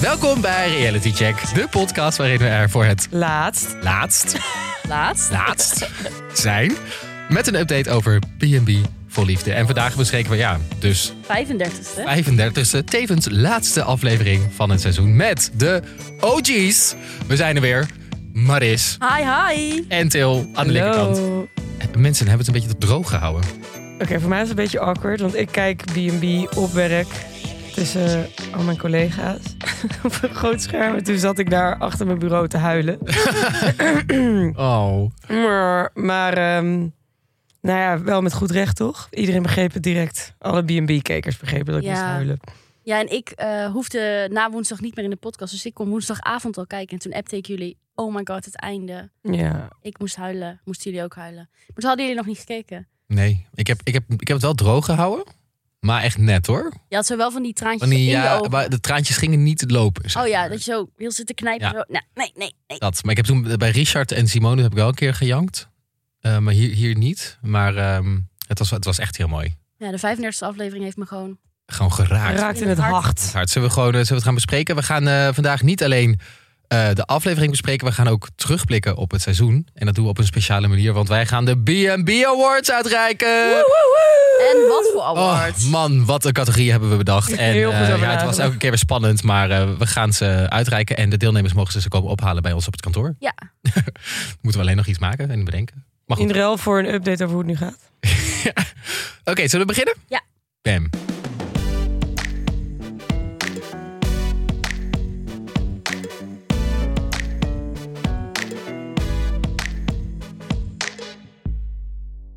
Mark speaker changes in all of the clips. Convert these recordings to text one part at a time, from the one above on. Speaker 1: Welkom bij Reality Check, de podcast waarin we er voor het
Speaker 2: Laatst.
Speaker 1: laatst,
Speaker 2: Laatst?
Speaker 1: laatst zijn met een update over B&B voor liefde. En vandaag bespreken we ja, dus
Speaker 3: 35ste.
Speaker 1: 35e, tevens laatste aflevering van het seizoen met de OG's. We zijn er weer, Maris
Speaker 3: Hi, hi.
Speaker 1: en Til aan de linkerkant.
Speaker 2: Hallo.
Speaker 1: Mensen hebben het een beetje droog gehouden.
Speaker 2: Oké, voor mij is het een beetje awkward, want ik kijk B&B op werk tussen al mijn collega's op een groot scherm. En toen zat ik daar achter mijn bureau te huilen.
Speaker 1: Oh,
Speaker 2: Maar, maar ehm, nou ja, wel met goed recht, toch? Iedereen begreep het direct. Alle B&B-kijkers begrepen dat ik
Speaker 3: Ja.
Speaker 2: moest huilen.
Speaker 3: Ja, en ik eh, hoefde na woensdag niet meer in de podcast. Dus ik kon woensdagavond al kijken. En toen appte ik jullie. Oh my god, het einde.
Speaker 2: Ja,
Speaker 3: Ik moest huilen. Moesten jullie ook huilen? Maar toen hadden jullie nog niet gekeken.
Speaker 1: nee. Ik heb, ik, heb, ik heb het wel droog gehouden, maar echt net hoor.
Speaker 3: Je had zo wel van die traantjes
Speaker 1: Want die,
Speaker 3: in je
Speaker 1: ja,
Speaker 3: ogen.
Speaker 1: maar de traantjes gingen niet lopen. zeg
Speaker 3: Oh ja,
Speaker 1: maar.
Speaker 3: dat je zo wil zitten knijpen.
Speaker 1: Ja.
Speaker 3: Zo. Nou, nee, nee, nee.
Speaker 1: Dat. Maar ik heb toen bij Richard en Simone heb ik wel een keer gejankt. Eh, maar hier, hier niet. Maar ehm, het, was, het was echt heel mooi.
Speaker 3: Ja, de 35ste aflevering heeft me gewoon...
Speaker 1: Gewoon geraakt.
Speaker 2: raakt in het hart.
Speaker 1: Hard. Zullen we gewoon eh, zullen we het gaan bespreken? We gaan eh, vandaag niet alleen eh, de aflevering bespreken. We gaan ook terugblikken op het seizoen. En dat doen we op een speciale manier. Want wij gaan de B&B Awards
Speaker 2: Eh,
Speaker 1: uitreiken.
Speaker 3: En wat voor
Speaker 1: Oh,
Speaker 3: award.
Speaker 1: man, wat een categorie hebben we bedacht. En
Speaker 2: Heel goed
Speaker 1: eh,
Speaker 2: over
Speaker 1: ja, het
Speaker 2: nagedacht.
Speaker 1: was elke keer weer spannend. Maar eh, we gaan ze uitreiken. En de deelnemers mogen ze, ze komen ophalen bij ons op het kantoor.
Speaker 3: Ja.
Speaker 1: Moeten we alleen nog iets maken en bedenken. Maar goed.
Speaker 2: In ruil voor een update over hoe het nu gaat.
Speaker 1: Oké, zullen we beginnen?
Speaker 3: Ja.
Speaker 1: Bam.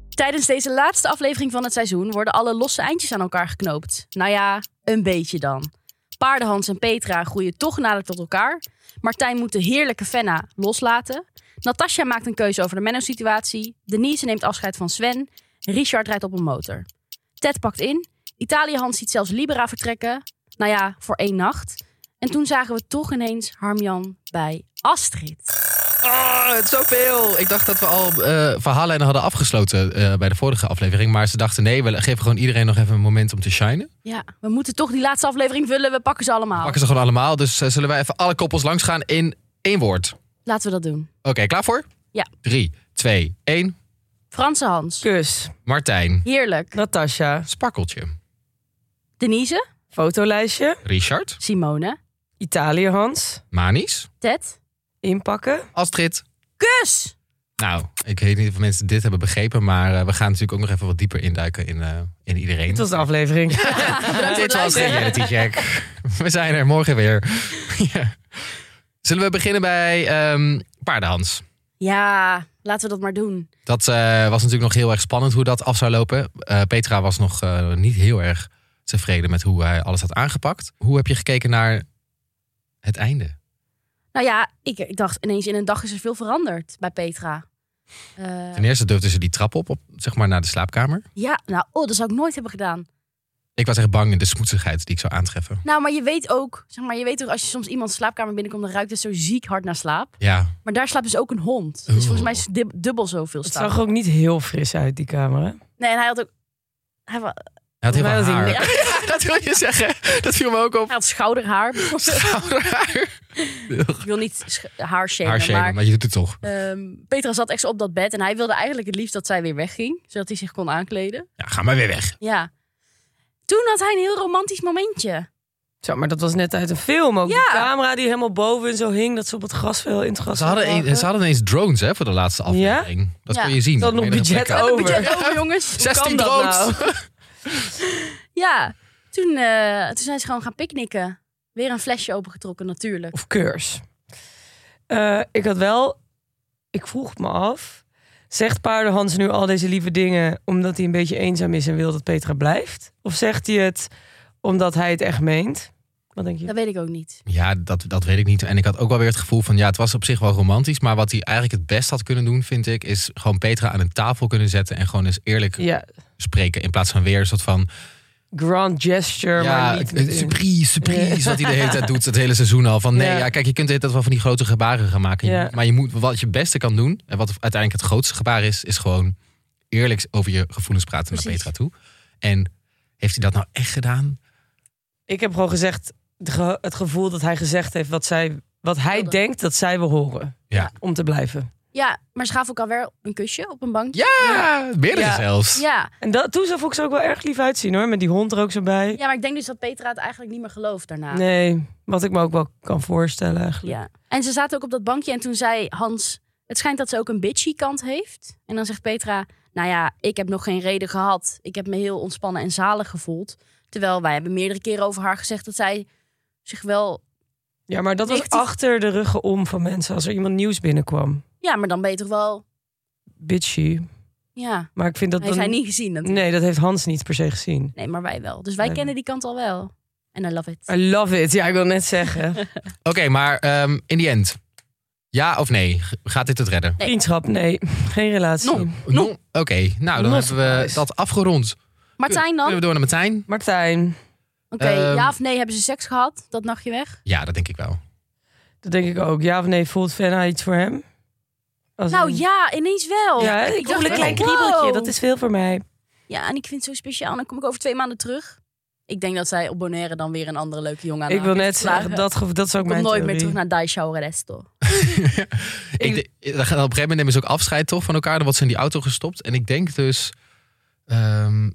Speaker 3: Tijdens deze laatste aflevering van het seizoen worden alle losse eindjes aan elkaar geknoopt. Nou ja, een beetje dan. Paardenhans en Petra groeien toch nader tot elkaar. Martijn moet de heerlijke Fenna loslaten. Natasja maakt een keuze over de Menno-situatie. Denise neemt afscheid van Sven. Richard rijdt op een motor. Ted pakt in. Italië-Hans ziet zelfs Libera vertrekken. Nou ja, voor één nacht. En toen zagen we toch ineens Harmjan bij Astrid.
Speaker 1: Oh, het is zoveel. Ik dacht dat we al eh verhaallijnen hadden afgesloten eh, bij de vorige aflevering. Maar ze dachten nee, we geven gewoon iedereen nog even een moment om te shinen.
Speaker 3: Ja, we moeten toch die laatste aflevering vullen. We pakken ze allemaal.
Speaker 1: Pakken ze gewoon allemaal. Dus eh, zullen wij even alle koppels langs gaan in één woord. Oké,
Speaker 3: Laten we dat doen.
Speaker 1: klaar voor?
Speaker 3: Ja.
Speaker 1: Drie, twee, één.
Speaker 3: Franse Hans.
Speaker 2: Kus,
Speaker 1: Martijn.
Speaker 3: Heerlijk.
Speaker 2: Natasja,
Speaker 1: Sparkeltje.
Speaker 3: Denise,
Speaker 2: fotolijstje,
Speaker 1: Richard.
Speaker 3: Simone,
Speaker 2: Italië Hans,
Speaker 1: Manis.
Speaker 3: Ted,
Speaker 2: inpakken.
Speaker 1: Astrid.
Speaker 3: Kus.
Speaker 1: Nou, ik weet niet of mensen dit hebben begrepen. Maar eh, we gaan natuurlijk ook nog even wat dieper induiken in, eh, in iedereen.
Speaker 2: Dit was de aflevering.
Speaker 3: Eh,
Speaker 1: Dit was de
Speaker 3: luisteren.
Speaker 1: reality check. We zijn er morgen weer. ja. Zullen we beginnen bij ehm, Paardenhans?
Speaker 3: Ja, laten we dat maar doen.
Speaker 1: Dat eh, was natuurlijk nog heel erg spannend hoe dat af zou lopen. Eh, Petra was nog eh, niet heel erg tevreden met hoe hij alles had aangepakt. Hoe heb je gekeken naar het einde?
Speaker 3: Nou ja, ik, ik dacht ineens in een dag is er veel veranderd bij Petra. Eh,
Speaker 1: Ten eerste durfde ze die trap op, op zeg maar naar de slaapkamer.
Speaker 3: ja, nou, oh, dat zou ik nooit hebben gedaan.
Speaker 1: Ik was echt bang in de smoetsigheid die ik zou aantreffen.
Speaker 3: Nou, maar je weet ook, zeg maar, je weet toch, als je soms iemands slaapkamer binnenkomt, dan ruikt het zo ziek hard naar slaap.
Speaker 1: Ja,
Speaker 3: Maar daar slaapt dus ook een hond. Dus
Speaker 1: Oeh.
Speaker 3: volgens mij is het dub- dubbel zoveel
Speaker 2: Het
Speaker 3: slaap.
Speaker 2: zag ook niet heel fris uit, die kamer. Hè?
Speaker 3: Nee, en hij had ook. Hij wa-
Speaker 1: hij had heel
Speaker 2: Volgens mij
Speaker 1: veel
Speaker 2: was hij
Speaker 1: haar.
Speaker 2: net-
Speaker 1: dat wil je zeggen. Dat viel me ook op.
Speaker 3: hij had schouderhaar.
Speaker 1: Schouderhaar.
Speaker 3: ik wil niet sch- haar shamen,
Speaker 1: Haar shamen,
Speaker 3: maar
Speaker 1: maar je doet het toch.
Speaker 3: Ehm, Petra zat echt zo op dat bed en hij wilde eigenlijk het liefst dat zij weer wegging, zodat hij zich kon aankleden.
Speaker 1: Ja, ga maar weer weg.
Speaker 3: Ja. Toen had hij een heel romantisch momentje.
Speaker 2: Zo, maar dat was net uit een film ook.
Speaker 3: Ja.
Speaker 2: Die camera die helemaal boven en zo hing, dat ze op het gras veel in het gras
Speaker 1: Ze hadden,
Speaker 2: zaten.
Speaker 1: een- ze hadden ineens drones hè, voor de laatste aflevering. Dat
Speaker 3: Ja.
Speaker 1: kun je zien.
Speaker 2: Ze hadden nog
Speaker 1: Op meerdere
Speaker 2: budget
Speaker 1: plekken.
Speaker 2: ook.
Speaker 3: Een
Speaker 2: Over.
Speaker 3: budget over, jongens.
Speaker 1: 16
Speaker 2: dat
Speaker 1: drones.
Speaker 2: nou?
Speaker 3: Ja. Toen, eh, toen zijn ze gewoon gaan picknicken. Weer een flesje opengetrokken, natuurlijk.
Speaker 2: Of keurs. Eh, ik had wel... Ik vroeg het me af. Zegt Paardenhans nu al deze lieve dingen omdat hij een beetje eenzaam is en wil dat Petra blijft? Of zegt hij het omdat hij het echt meent? Wat denk je?
Speaker 3: Dat weet ik ook niet.
Speaker 1: Ja, dat, dat weet ik niet. En ik had ook wel weer het gevoel van, ja, het was op zich wel romantisch. Maar wat hij eigenlijk het best had kunnen doen, vind ik, is gewoon Petra aan een tafel kunnen zetten en gewoon eens eerlijk
Speaker 2: Ja,
Speaker 1: spreken. In plaats van weer een soort van,
Speaker 2: grand gesture, maar
Speaker 1: Ja, eh,
Speaker 2: niet meteen.
Speaker 1: surprise, surprise. Wat hij de hele tijd doet, het hele seizoen al. Van nee, ja.
Speaker 2: Ja.
Speaker 1: kijk, je kunt de hele tijd wel van die grote gebaren gaan maken. Je
Speaker 2: Ja.
Speaker 1: moet- Maar je moet, wat je het beste kan doen, en wat uiteindelijk het grootste gebaar is, is gewoon eerlijk over je gevoelens praten naar
Speaker 3: Precies.
Speaker 1: Petra toe. En heeft hij dat nou echt gedaan?
Speaker 2: Ik heb gewoon gezegd, het ge- het gevoel dat hij gezegd heeft wat, zij, wat hij
Speaker 3: Wilde.
Speaker 2: denkt dat zij wil horen.
Speaker 1: Ja.
Speaker 2: Om te blijven.
Speaker 3: Ja, maar ze gaven elkaar wel een kusje op een bankje.
Speaker 1: Ja, meerdere
Speaker 2: Ja.
Speaker 1: zelfs.
Speaker 3: Ja.
Speaker 2: En dat, toen zag ik ze ook wel erg lief uitzien hoor, met die hond er ook zo bij.
Speaker 3: ja, maar ik denk dus dat Petra het eigenlijk niet meer gelooft daarna.
Speaker 2: Nee, wat ik me ook wel kan voorstellen eigenlijk.
Speaker 3: Ja. En ze zaten ook op dat bankje en toen zei Hans... Het schijnt dat ze ook een bitchy kant heeft. En dan zegt Petra... Nou ja, ik heb nog geen reden gehad. Ik heb me heel ontspannen en zalig gevoeld. Terwijl wij hebben meerdere keren over haar gezegd dat zij zich wel...
Speaker 2: Ja, maar dat was
Speaker 3: Ligt het-
Speaker 2: achter de ruggen om van mensen als er iemand nieuws binnenkwam.
Speaker 3: Ja, maar dan ben je toch wel...
Speaker 2: Bitchy.
Speaker 3: Ja,
Speaker 2: Maar ik vind dat
Speaker 3: dat heeft
Speaker 2: dan-
Speaker 3: hij niet gezien. natuurlijk.
Speaker 2: Nee, dat heeft Hans niet per se gezien.
Speaker 3: Nee, maar wij wel. Dus wij
Speaker 2: Nee. Eh,
Speaker 3: kennen die kant al wel. En I love it.
Speaker 2: I love it. Ja, ik wil net zeggen.
Speaker 1: Oké, maar ehm, in die end. Ja of nee? G- Gaat dit het redden?
Speaker 3: Nee.
Speaker 2: Vriendschap, nee. Geen relatie.
Speaker 3: No.
Speaker 1: No. Oké, nou dan
Speaker 2: Not
Speaker 1: hebben we
Speaker 2: surprised.
Speaker 1: dat afgerond.
Speaker 3: Martijn dan?
Speaker 1: Kunnen
Speaker 2: eh,
Speaker 3: Oké,
Speaker 1: we door naar Martijn?
Speaker 2: Martijn,
Speaker 1: Ehm.
Speaker 3: ja of nee, hebben ze seks gehad? Dat nachtje weg?
Speaker 1: Ja, dat denk ik wel.
Speaker 2: dat denk ik ook. Ja of nee, voelt Fenna iets voor hem? Als
Speaker 3: Nou
Speaker 2: in-
Speaker 3: ja, ineens wel.
Speaker 2: Ja, ik,
Speaker 3: dacht
Speaker 2: voel een
Speaker 1: echt,
Speaker 2: klein
Speaker 3: wow.
Speaker 2: kriebeltje. Dat is veel voor
Speaker 3: Nou,
Speaker 2: mij.
Speaker 3: Ja, en ik vind het zo speciaal. Dan kom ik over twee maanden terug. Ik denk dat zij op Bonaire dan weer een andere leuke jongen aan
Speaker 2: ik
Speaker 3: haar
Speaker 2: wil
Speaker 3: heeft
Speaker 2: net
Speaker 3: geslagen.
Speaker 2: zeggen, dat, gevo- dat is ook
Speaker 3: nou, Ik kom
Speaker 2: mijn
Speaker 3: nooit meer
Speaker 2: theorie.
Speaker 3: terug naar Daishao Resto.
Speaker 1: Ik, de- dan gaan- op een gegeven moment nemen ze ook afscheid toch van elkaar. Dan wordt ze in die auto gestopt. En ik denk dus ehm,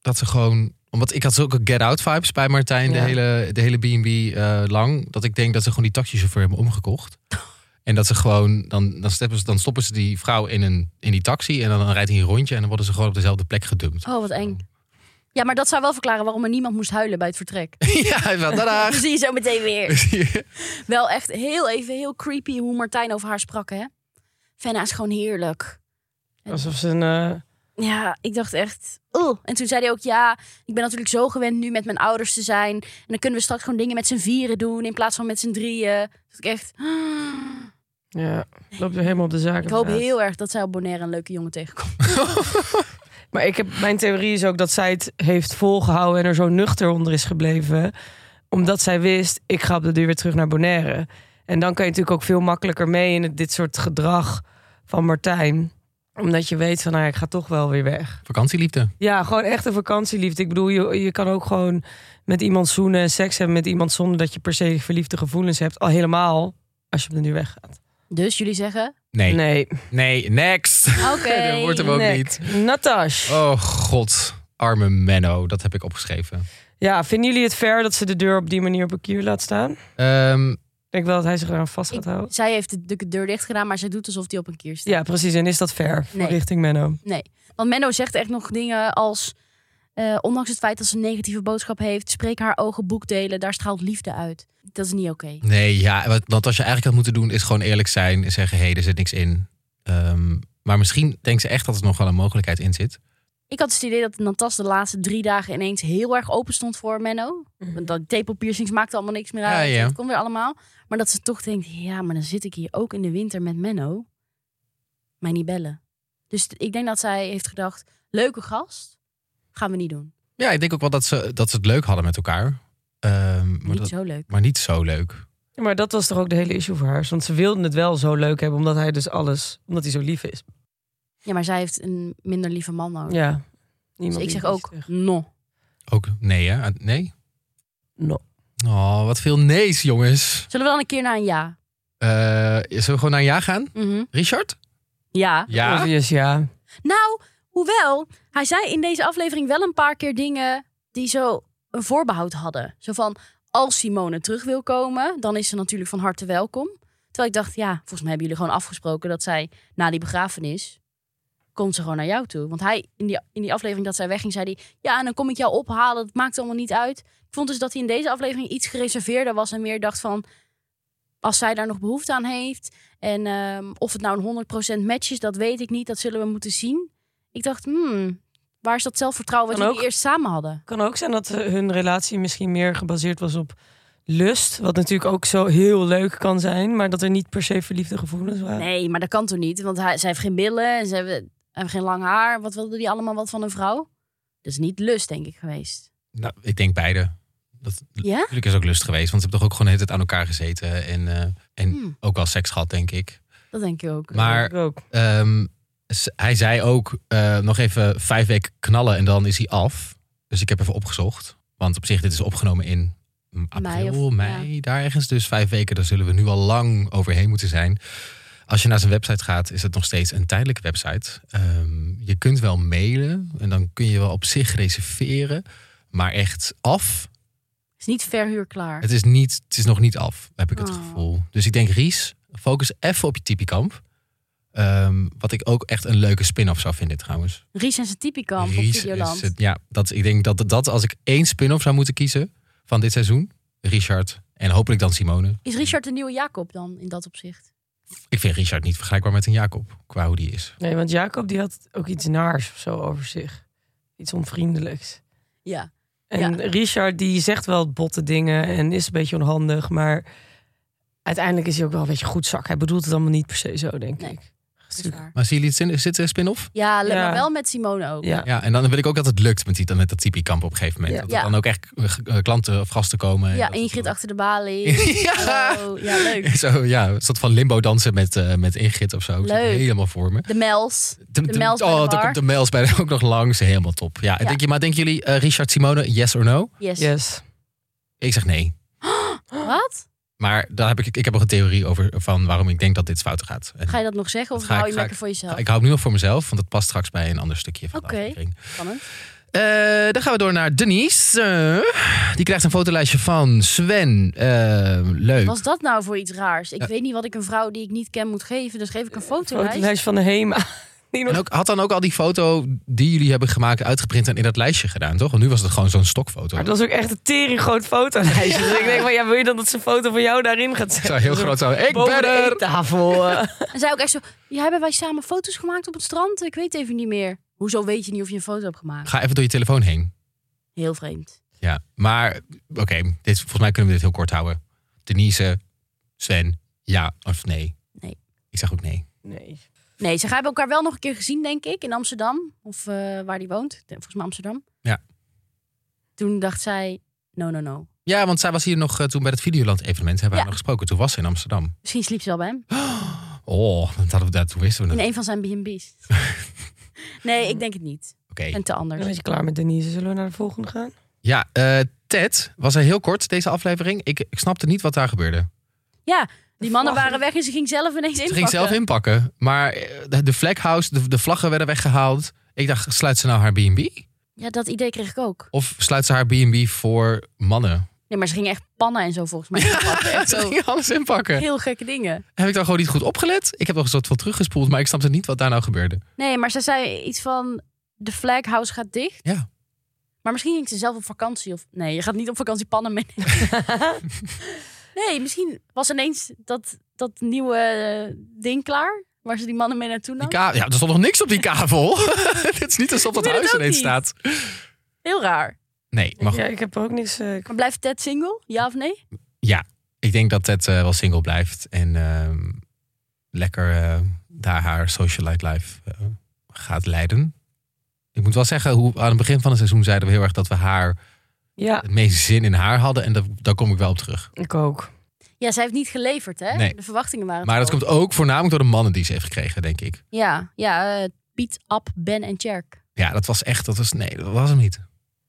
Speaker 1: dat ze gewoon... Omdat ik had zulke get-out vibes bij Martijn de
Speaker 2: Ja.
Speaker 1: hele de hele B&B eh, lang. Dat ik denk dat ze gewoon die taxichauffeur hebben omgekocht. En dat ze gewoon, dan, dan, steppen ze, dan stoppen ze die vrouw in, een, in die taxi. En dan, rijdt hij een rondje. En dan worden ze gewoon op dezelfde plek gedumpt.
Speaker 3: Oh, wat eng. Ja, maar dat zou wel verklaren waarom er niemand moest huilen bij het vertrek.
Speaker 1: ja, hij van, "Dadag."
Speaker 3: We zien je zo meteen weer. Wel echt heel even heel creepy hoe Martijn over haar sprak, hè? Fenna is gewoon heerlijk.
Speaker 2: Alsof ze een... eh,
Speaker 3: Ja, ik dacht echt. Oh. En toen zei hij ook: Ja, ik ben natuurlijk zo gewend nu met mijn ouders te zijn. En dan kunnen we straks gewoon dingen met z'n vieren doen in plaats van met z'n drieën. Dus ik echt.
Speaker 2: ja, loopt er helemaal op de zaak.
Speaker 3: Ik hoop
Speaker 2: inderdaad.
Speaker 3: heel erg dat zij op Bonaire een leuke jongen tegenkomt.
Speaker 2: Maar ik heb, mijn theorie is ook dat zij het heeft volgehouden en er zo nuchter onder is gebleven. Omdat zij wist, ik ga op de duur weer terug naar Bonaire. En dan kan je natuurlijk ook veel makkelijker mee in het, dit soort gedrag van Martijn. Omdat je weet van, nou ja, ik ga toch wel weer weg.
Speaker 1: Vakantieliefde.
Speaker 2: Ja, gewoon echt een vakantieliefde. Ik bedoel, je, je kan ook gewoon met iemand zoenen en seks hebben met iemand... zonder dat je per se verliefde gevoelens hebt. Al helemaal als je op de duur weggaat.
Speaker 3: Dus jullie zeggen:
Speaker 1: Nee, nee,
Speaker 2: Nee.
Speaker 1: next.
Speaker 3: Oké.
Speaker 1: Dat wordt hem ook niet.
Speaker 2: Natash.
Speaker 1: Oh god, arme Menno. Dat heb ik opgeschreven.
Speaker 2: Ja, vinden jullie het fair dat ze de deur op die manier op een kier laat staan?
Speaker 1: Ehm,
Speaker 2: Ik denk wel dat hij zich eraan vast gaat houden.
Speaker 3: Zij heeft de, de deur dicht gedaan, maar zij doet alsof die op een kier staat.
Speaker 2: Ja, precies. En is dat fair voor
Speaker 3: Nee.
Speaker 2: richting Menno?
Speaker 3: Want Menno zegt echt nog dingen als. eh, ondanks het feit dat ze een negatieve boodschap heeft, spreek haar ogen boekdelen, daar straalt liefde uit. Dat is niet oké.
Speaker 1: nee, ja, wat Natasja eigenlijk had moeten doen is gewoon eerlijk zijn en zeggen, hé, hey, er zit niks in. Ehm, maar misschien denkt ze echt dat er nog wel een mogelijkheid in zit.
Speaker 3: Ik had dus het idee dat Natas de laatste drie dagen ineens heel erg open stond voor Menno.
Speaker 2: Mhm.
Speaker 3: Want dat tape-piercings maakte allemaal niks meer
Speaker 1: Ja,
Speaker 3: uit.
Speaker 1: ja.
Speaker 3: Het kon weer allemaal. Maar dat ze toch denkt, ja, maar dan zit ik hier ook in de winter met Menno. Mij niet bellen. Dus t- ik denk dat zij heeft gedacht, leuke gast, gaan we niet doen.
Speaker 1: Ja, ik denk ook wel dat ze, dat ze het leuk hadden met elkaar. Ehm, maar,
Speaker 3: niet
Speaker 1: dat,
Speaker 3: zo leuk.
Speaker 1: maar niet zo leuk.
Speaker 2: Ja, maar dat was toch ook de hele issue voor haar? Want ze wilden het wel zo leuk hebben, omdat hij dus alles... Omdat hij zo lief is.
Speaker 3: Ja, maar zij heeft een minder lieve man nodig.
Speaker 2: Ja.
Speaker 3: dus
Speaker 2: Niemand
Speaker 3: ik
Speaker 2: die
Speaker 3: zeg
Speaker 2: lief
Speaker 3: ook,
Speaker 2: zegt.
Speaker 3: no.
Speaker 1: Ook nee, hè? Ah, Nee?
Speaker 2: No.
Speaker 1: Oh, wat veel nee's, jongens.
Speaker 3: Zullen we dan een keer naar een ja?
Speaker 1: Eh, zullen we gewoon naar een ja gaan?
Speaker 3: Mhm.
Speaker 1: Richard?
Speaker 3: Ja.
Speaker 1: Ja?
Speaker 2: Obvious, ja.
Speaker 3: Nou, hoewel, hij zei in deze aflevering wel een paar keer dingen die zo een voorbehoud hadden. Zo van, als Simone terug wil komen, dan is ze natuurlijk van harte welkom. Terwijl ik dacht, ja, volgens mij hebben jullie gewoon afgesproken dat zij na die begrafenis, komt ze gewoon naar jou toe. Want hij, in die, in die aflevering dat zij wegging, zei hij, ja, en dan kom ik jou ophalen, dat maakt allemaal niet uit. Ik vond dus dat hij in deze aflevering iets gereserveerder was en meer dacht van, als zij daar nog behoefte aan heeft. En ehm, of het nou een 100% match is, dat weet ik niet. Dat zullen we moeten zien. Ik dacht, hmm, waar is dat zelfvertrouwen wat
Speaker 2: Kan
Speaker 3: jullie
Speaker 2: ook.
Speaker 3: eerst samen hadden?
Speaker 2: Kan ook zijn dat eh, hun relatie misschien meer gebaseerd was op lust. Wat natuurlijk ook zo heel leuk kan zijn. Maar dat er niet per se verliefde gevoelens waren.
Speaker 3: Nee, maar dat kan toch niet? Want hij, zij heeft geen billen en ze hebben, hebben geen lang haar. Wat wilde die allemaal wat van een vrouw? Dat is niet lust, denk ik, geweest.
Speaker 1: Nou, ik denk beide. Dat,
Speaker 3: Ja?
Speaker 1: Natuurlijk is ook lust geweest, want ze hebben toch ook gewoon de hele tijd aan elkaar gezeten. En, eh, en
Speaker 3: Hm,
Speaker 1: ook wel seks gehad, denk ik.
Speaker 3: dat denk ik ook.
Speaker 1: Maar
Speaker 2: Ik ook.
Speaker 1: ehm, s- hij zei ook eh, nog even vijf weken knallen en dan is hij af. Dus ik heb even opgezocht. Want op zich, dit is opgenomen in mm,
Speaker 3: Mei
Speaker 1: april, mei,
Speaker 3: of-
Speaker 1: daar ergens. Dus vijf weken, daar zullen we nu al lang overheen moeten zijn. Als je naar zijn website gaat, is het nog steeds een tijdelijke website. Ehm, je kunt wel mailen en dan kun je wel op zich reserveren. Maar echt af,
Speaker 3: is niet verhuurklaar.
Speaker 1: het is, niet, het is nog niet af, heb ik het
Speaker 3: Oh.
Speaker 1: gevoel. Dus ik denk, Ries, focus even op je typiekamp. Ehm wat ik ook echt een leuke spin-off zou vinden trouwens.
Speaker 3: Ries en zijn typiekamp op
Speaker 1: Ries
Speaker 3: Videoland.
Speaker 1: is het- ja, dat, ik denk dat, dat als ik één spin-off zou moeten kiezen van dit seizoen, Richard en hopelijk dan Simone.
Speaker 3: Is Richard de nieuwe Jacob dan in dat opzicht?
Speaker 1: Ik vind Richard niet vergelijkbaar met een Jacob, qua hoe die is.
Speaker 2: Nee, want Jacob die had ook iets naars of zo over zich. Iets onvriendelijks.
Speaker 3: Ja.
Speaker 2: En
Speaker 3: Ja.
Speaker 2: Richard die zegt wel botte dingen en is een beetje onhandig, maar uiteindelijk is hij ook wel een beetje goed zak. Hij bedoelt het allemaal niet per se zo, denk
Speaker 3: Nee.
Speaker 2: ik.
Speaker 3: dat is waar.
Speaker 1: Maar zie jullie het zin- zitten, spin-off?
Speaker 3: Ja, le-
Speaker 2: Ja.
Speaker 3: maar wel met Simone ook.
Speaker 2: Ja.
Speaker 1: Ja, en dan wil ik ook dat het lukt met, die, met dat typiekamp op een gegeven moment.
Speaker 2: Ja.
Speaker 1: Dat
Speaker 3: Ja.
Speaker 1: er dan ook echt eh, klanten of gasten komen. en
Speaker 3: Ja,
Speaker 1: dat het
Speaker 3: Ingrid
Speaker 1: dan-
Speaker 3: achter de balie.
Speaker 1: Ja.
Speaker 3: Hallo. Ja, leuk.
Speaker 1: Zo, ja, een soort van limbo dansen met, eh, met Ingrid of zo. Ik zit
Speaker 3: Leuk.
Speaker 1: Helemaal voor me.
Speaker 3: De Mels. De Mels bij de
Speaker 1: oh, dan
Speaker 3: bar.
Speaker 1: komt de mails bij ook nog langs. Helemaal top. Ja, en
Speaker 3: Ja.
Speaker 1: Denk je, maar denken jullie eh, Richard Simone, yes or no?
Speaker 3: Yes.
Speaker 2: Yes.
Speaker 1: Ik zeg nee.
Speaker 3: Wat?
Speaker 1: Maar daar heb ik, ik heb nog een theorie over van waarom ik denk dat dit fout gaat. En
Speaker 3: Ga je dat nog zeggen of
Speaker 1: Dat ga
Speaker 3: hou
Speaker 1: ik-
Speaker 3: je
Speaker 1: ga
Speaker 3: lekker voor jezelf?
Speaker 1: Ik hou het nu nog voor mezelf, want dat past straks bij een ander stukje van
Speaker 3: Oké.
Speaker 1: de aflevering.
Speaker 3: Spannend.
Speaker 1: Eh, dan gaan we door naar Denise. Eh, die krijgt een fotolijstje van Sven. Eh, leuk.
Speaker 3: Was dat nou voor iets raars? Ik
Speaker 1: Ja.
Speaker 3: weet niet wat ik een vrouw die ik niet ken moet geven, dus geef ik een
Speaker 2: Het
Speaker 3: fotolijst.
Speaker 2: lijst van de Hema. Die nog...
Speaker 1: En ook, had dan ook al die foto die jullie hebben gemaakt, uitgeprint en in dat lijstje gedaan, toch? Want nu was het gewoon zo'n stokfoto.
Speaker 2: Maar dat was ook echt een tering groot fotolijstje. Dus ik denk van, ja, wil je dan dat ze een foto van jou daarin gaat zetten?
Speaker 1: Zo heel groot zo. Ik
Speaker 2: Boven
Speaker 1: ben
Speaker 2: de
Speaker 1: er!
Speaker 2: eettafel. eh.
Speaker 3: En zij ook echt zo, ja, hebben wij samen foto's gemaakt op het strand? Ik weet even niet meer. Hoezo weet je niet of je een foto hebt gemaakt?
Speaker 1: Ga even door je telefoon heen.
Speaker 3: Heel vreemd.
Speaker 1: Ja, maar oké, dit volgens mij kunnen we dit heel kort houden. Denise, Sven, ja of nee?
Speaker 3: Nee.
Speaker 1: Ik zeg ook nee.
Speaker 2: Nee.
Speaker 3: Nee, ze hebben elkaar wel nog een keer gezien, denk ik, in Amsterdam. Of eh, waar die woont. Ik denk, Volgens mij Amsterdam.
Speaker 1: Ja.
Speaker 3: Toen dacht zij, no, no, no.
Speaker 1: Ja, want zij was hier nog eh, toen bij het Videoland evenement, hebben we
Speaker 3: Ja.
Speaker 1: haar nog gesproken. Toen was ze in Amsterdam.
Speaker 3: Misschien sliep ze wel bij hem.
Speaker 1: Oh, dat hadden we, dat, toen wisten we
Speaker 3: In
Speaker 1: het.
Speaker 3: een van zijn B&B's. nee, ik denk het niet.
Speaker 1: Oké.
Speaker 3: En te
Speaker 2: Dan
Speaker 3: anders.
Speaker 2: ben je klaar met Denise. Zullen we naar de volgende gaan?
Speaker 1: Ja, eh, Ted was er heel kort, deze aflevering. Ik, ik snapte niet wat daar gebeurde.
Speaker 3: Die mannen waren weg en ze ging zelf ineens in.
Speaker 1: Ze ging zelf inpakken, maar eh, de- de flaghouse, de, de vlaggen werden weggehaald. Ik dacht, sluit ze nou haar B&B?
Speaker 3: Ja, dat idee kreeg ik ook.
Speaker 1: Of sluit ze haar B&B voor mannen?
Speaker 3: Nee, maar ze ging echt pannen en zo volgens mij. inpakken. Echt
Speaker 1: Ze
Speaker 3: zo
Speaker 1: ging alles inpakken.
Speaker 3: heel gekke dingen.
Speaker 1: Heb ik daar gewoon niet goed opgelet? Ik heb nog een soort van teruggespoeld, maar ik snapte niet wat daar nou gebeurde.
Speaker 3: Nee, maar ze zei iets van... De flag house gaat dicht.
Speaker 1: Ja.
Speaker 3: Maar misschien ging ze zelf op vakantie. Of... Nee, je gaat niet op vakantie pannen mee. nee, misschien was ineens dat, dat nieuwe eh, ding klaar. Waar ze die mannen mee naartoe
Speaker 1: Die
Speaker 3: nam.
Speaker 1: ka- ja, er stond nog niks op die kavel. Het is niet alsof dat
Speaker 3: Ik weet het
Speaker 1: huis
Speaker 3: ook
Speaker 1: ineens
Speaker 3: niet.
Speaker 1: staat.
Speaker 3: Heel raar.
Speaker 1: Nee, maar
Speaker 2: Ja,
Speaker 1: goed.
Speaker 2: ik heb er ook niks... eh, ik-
Speaker 3: Maar blijft Ted single? Ja of nee?
Speaker 1: Ik denk dat Ted eh, wel single blijft en ehm, lekker eh, daar haar socialite life eh, gaat leiden. Ik moet wel zeggen, hoe, aan het begin van het seizoen zeiden we heel erg dat we haar
Speaker 2: Ja,
Speaker 1: het meeste zin in haar hadden. En dat, daar kom ik wel op terug.
Speaker 2: ik ook.
Speaker 3: Ja, zij heeft niet geleverd, hè?
Speaker 1: Nee.
Speaker 3: De verwachtingen waren
Speaker 1: Maar dat
Speaker 3: te hoog.
Speaker 1: komt ook voornamelijk door de mannen die ze heeft gekregen, denk ik.
Speaker 3: Ja, ja eh, Piet, Ab, Ben en Tjerk.
Speaker 1: Ja, dat was echt, dat was, nee, dat was hem niet.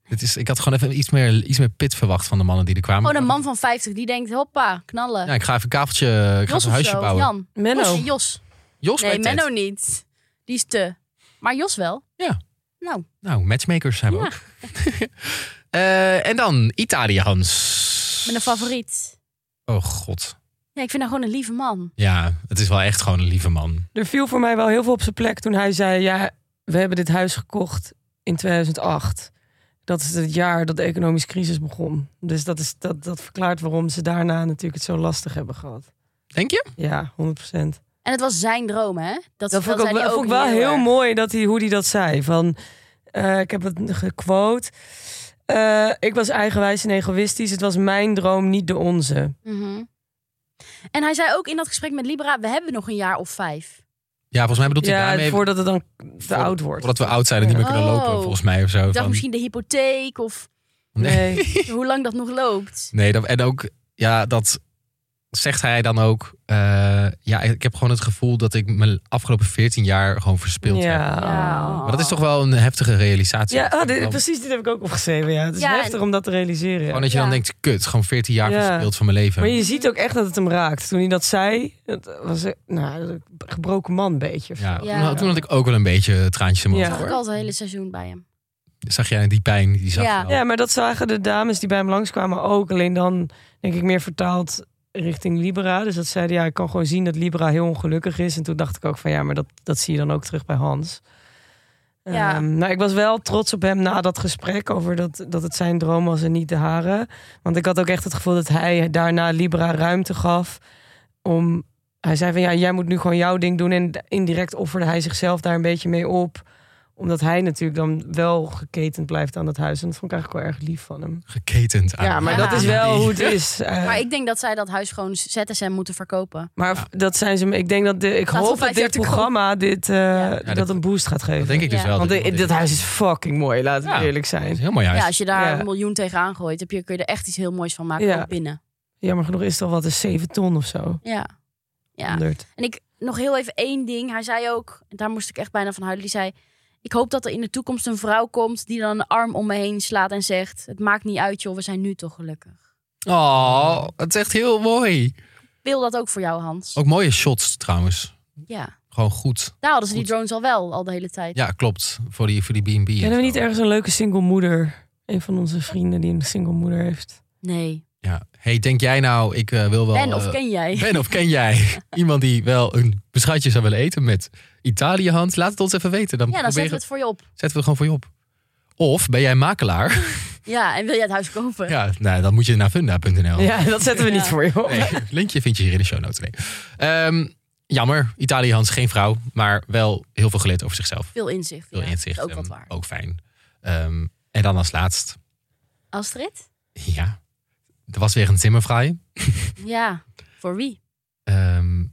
Speaker 1: Het is, ik had gewoon even iets meer, iets meer pit verwacht van de mannen die er kwamen.
Speaker 3: Gewoon een Oh, man van 50 die denkt, hoppa, knallen.
Speaker 1: Ja, ik ga even een kaveltje, ik ga even een
Speaker 3: Jos of
Speaker 1: huisje
Speaker 3: zo,
Speaker 1: bouwen.
Speaker 3: Jan.
Speaker 2: Menno.
Speaker 3: Jos, Jos.
Speaker 1: Jos
Speaker 3: Nee,
Speaker 1: bij Ted.
Speaker 3: Menno niet. Die is te. Maar Jos wel.
Speaker 1: Ja.
Speaker 3: Nou,
Speaker 1: Nou, matchmakers zijn we
Speaker 3: Ja.
Speaker 1: ook. Eh, en dan Italië Hans.
Speaker 3: met een favoriet.
Speaker 1: Oh god.
Speaker 3: Ja, ik vind haar gewoon een lieve man.
Speaker 1: Ja, het is wel echt gewoon een lieve man.
Speaker 2: Er viel voor mij wel heel veel op zijn plek toen hij zei: Ja, we hebben dit huis gekocht in 2008. Dat is het jaar dat de economische crisis begon. Dus dat, is, dat, dat verklaart waarom ze daarna natuurlijk het zo lastig hebben gehad.
Speaker 1: Denk je?
Speaker 2: Ja, 100 procent.
Speaker 3: En het was zijn droom, hè? Dat,
Speaker 2: Dat vond ik, ook,
Speaker 3: zei
Speaker 2: wel-
Speaker 3: hij
Speaker 2: vond ik wel heel,
Speaker 3: erg.
Speaker 2: mooi dat hij, hoe hij dat zei. Van, eh, ik heb het gequote. Eh, ik was eigenwijs en egoïstisch. Het was mijn droom, niet de onze.
Speaker 3: Mhm. En hij zei ook in dat gesprek met Libera, we hebben nog een jaar of vijf.
Speaker 1: Ja, volgens mij bedoelt hij
Speaker 2: Ja,
Speaker 1: daarmee...
Speaker 2: voordat het dan te
Speaker 1: voordat-
Speaker 2: oud wordt.
Speaker 1: Voordat we oud zijn en niet meer kunnen
Speaker 3: Oh.
Speaker 1: lopen, volgens mij of zo.
Speaker 3: Ik dacht
Speaker 1: Van-
Speaker 3: misschien de hypotheek of
Speaker 1: Nee.
Speaker 2: Nee.
Speaker 3: Hoe lang dat nog loopt.
Speaker 1: Nee, dat, en ook, ja, dat zegt hij dan ook. eh, ja, ik heb gewoon het gevoel dat ik mijn afgelopen 14 jaar gewoon verspild heb.
Speaker 2: Ja.
Speaker 3: Ja.
Speaker 1: Maar dat is toch wel een heftige realisatie.
Speaker 2: Ja, ah, dit-
Speaker 1: Dan-
Speaker 2: precies, dit heb ik ook opgeschreven. Ja. Het is
Speaker 3: Ja, en-
Speaker 2: heftig om dat te realiseren. ja.
Speaker 1: Gewoon dat je dan
Speaker 3: Ja.
Speaker 1: denkt, kut, gewoon 14 jaar
Speaker 2: Ja.
Speaker 1: verspild van mijn leven.
Speaker 2: Maar je ziet ook echt dat het hem raakt. Toen hij dat zei, dat was eh, nou, een gebroken man, een beetje. of
Speaker 1: Ja,
Speaker 2: zo.
Speaker 3: Ja.
Speaker 1: Toen, had- toen had ik ook wel een beetje traantjes in mijn
Speaker 2: Ja.
Speaker 1: ogen,
Speaker 3: Ook
Speaker 1: hoor.
Speaker 3: al het hele seizoen bij hem.
Speaker 1: Zag jij die pijn? Die zag
Speaker 3: Ja.
Speaker 1: je wel.
Speaker 2: Ja, maar dat zagen de dames die bij hem langskwamen ook. Alleen dan, denk ik, meer vertaald richting Libera. Dus dat zeiden, ja, ik kan gewoon zien dat Libera heel ongelukkig is. En toen dacht ik ook van, ja, maar dat, dat zie je dan ook terug bij Hans.
Speaker 3: Ja.
Speaker 2: Ehm, nou, ik was wel trots op hem na dat gesprek over dat, dat het zijn droom was en niet de hare. Want ik had ook echt het gevoel dat hij daarna Libera ruimte gaf om... Hij zei van, ja, jij moet nu gewoon jouw ding doen. En indirect offerde hij zichzelf daar een beetje mee op omdat hij natuurlijk dan wel geketend blijft aan dat huis. En dat vond ik eigenlijk wel erg lief van hem.
Speaker 1: Geketend aan.
Speaker 2: Ja, maar
Speaker 3: Ja.
Speaker 2: dat is wel hoe het is. Eh,
Speaker 3: Maar ik denk dat zij dat huis gewoon ZSM moeten verkopen.
Speaker 2: maar dat zijn ze. Ik denk dat de, ik
Speaker 3: Laten we
Speaker 2: hoop dat
Speaker 3: vijf jaar
Speaker 2: dit
Speaker 3: te komen.
Speaker 2: programma dit, eh, dat,
Speaker 1: dat-
Speaker 2: een boost gaat geven.
Speaker 1: Dat denk ik dus
Speaker 3: Ja.
Speaker 1: wel.
Speaker 2: Want
Speaker 1: dat-
Speaker 2: dit, dit huis is fucking mooi, laten we
Speaker 1: Ja.
Speaker 2: eerlijk
Speaker 1: Dat is
Speaker 2: zijn.
Speaker 1: heel mooi
Speaker 3: Ja,
Speaker 1: juist.
Speaker 3: als je daar
Speaker 2: Ja.
Speaker 3: een miljoen tegenaan gooit, heb je, kun je er echt iets heel moois van maken
Speaker 2: Ja.
Speaker 3: ook binnen.
Speaker 2: Jammer genoeg is het al wat, is 7 ton of zo.
Speaker 3: Ja. ja.
Speaker 2: 100.
Speaker 3: En ik nog heel even één ding. Hij zei ook, en daar moest ik echt bijna van huilen. Die zei: Ik hoop dat er in de toekomst een vrouw komt die dan een arm om me heen slaat en zegt: Het maakt niet uit, joh, we zijn nu toch gelukkig.
Speaker 1: Oh, het is echt heel mooi.
Speaker 3: Ik Wil dat ook voor jou, Hans?
Speaker 1: Ook mooie shots trouwens.
Speaker 3: Ja.
Speaker 1: Gewoon goed.
Speaker 3: Daar hadden ze die
Speaker 1: Goed.
Speaker 3: drones al wel, al de hele tijd.
Speaker 1: Ja, klopt. Voor die, voor die B&B. en
Speaker 2: Kennen we
Speaker 1: zo.
Speaker 2: niet ergens een leuke single moeder? Een van onze vrienden die een single moeder heeft.
Speaker 3: Nee.
Speaker 1: Ja. Hey, denk jij nou, ik eh, wil wel...
Speaker 3: Ben, of
Speaker 1: eh,
Speaker 3: ken jij?
Speaker 1: Ben of ken jij iemand die wel een beschuitje zou willen eten met Italië hand? Laat het ons even weten. Dan,
Speaker 3: Ja, dan zetten
Speaker 1: proberen,
Speaker 3: we het voor je op.
Speaker 1: zetten we het gewoon voor je op. Of ben jij makelaar?
Speaker 3: Ja, en wil jij het huis kopen?
Speaker 1: Ja, nou, dan moet je naar funda.nl.
Speaker 2: Ja, dat zetten we
Speaker 3: Ja.
Speaker 2: niet voor je op.
Speaker 1: Oh. Nee, linkje vind je hier in de show notes. Nee. Ehm, jammer, Italië Hans geen vrouw, maar wel heel veel geleerd over zichzelf.
Speaker 3: Veel inzicht.
Speaker 1: Veel
Speaker 3: ja.
Speaker 1: inzicht.
Speaker 3: Is Ook
Speaker 1: ehm,
Speaker 3: wat waar.
Speaker 1: Ook fijn. Ehm, en dan als laatst,
Speaker 3: Astrid?
Speaker 1: ja, er was weer een Zimmervrij.
Speaker 3: Ja. Voor wie?
Speaker 1: Ehm,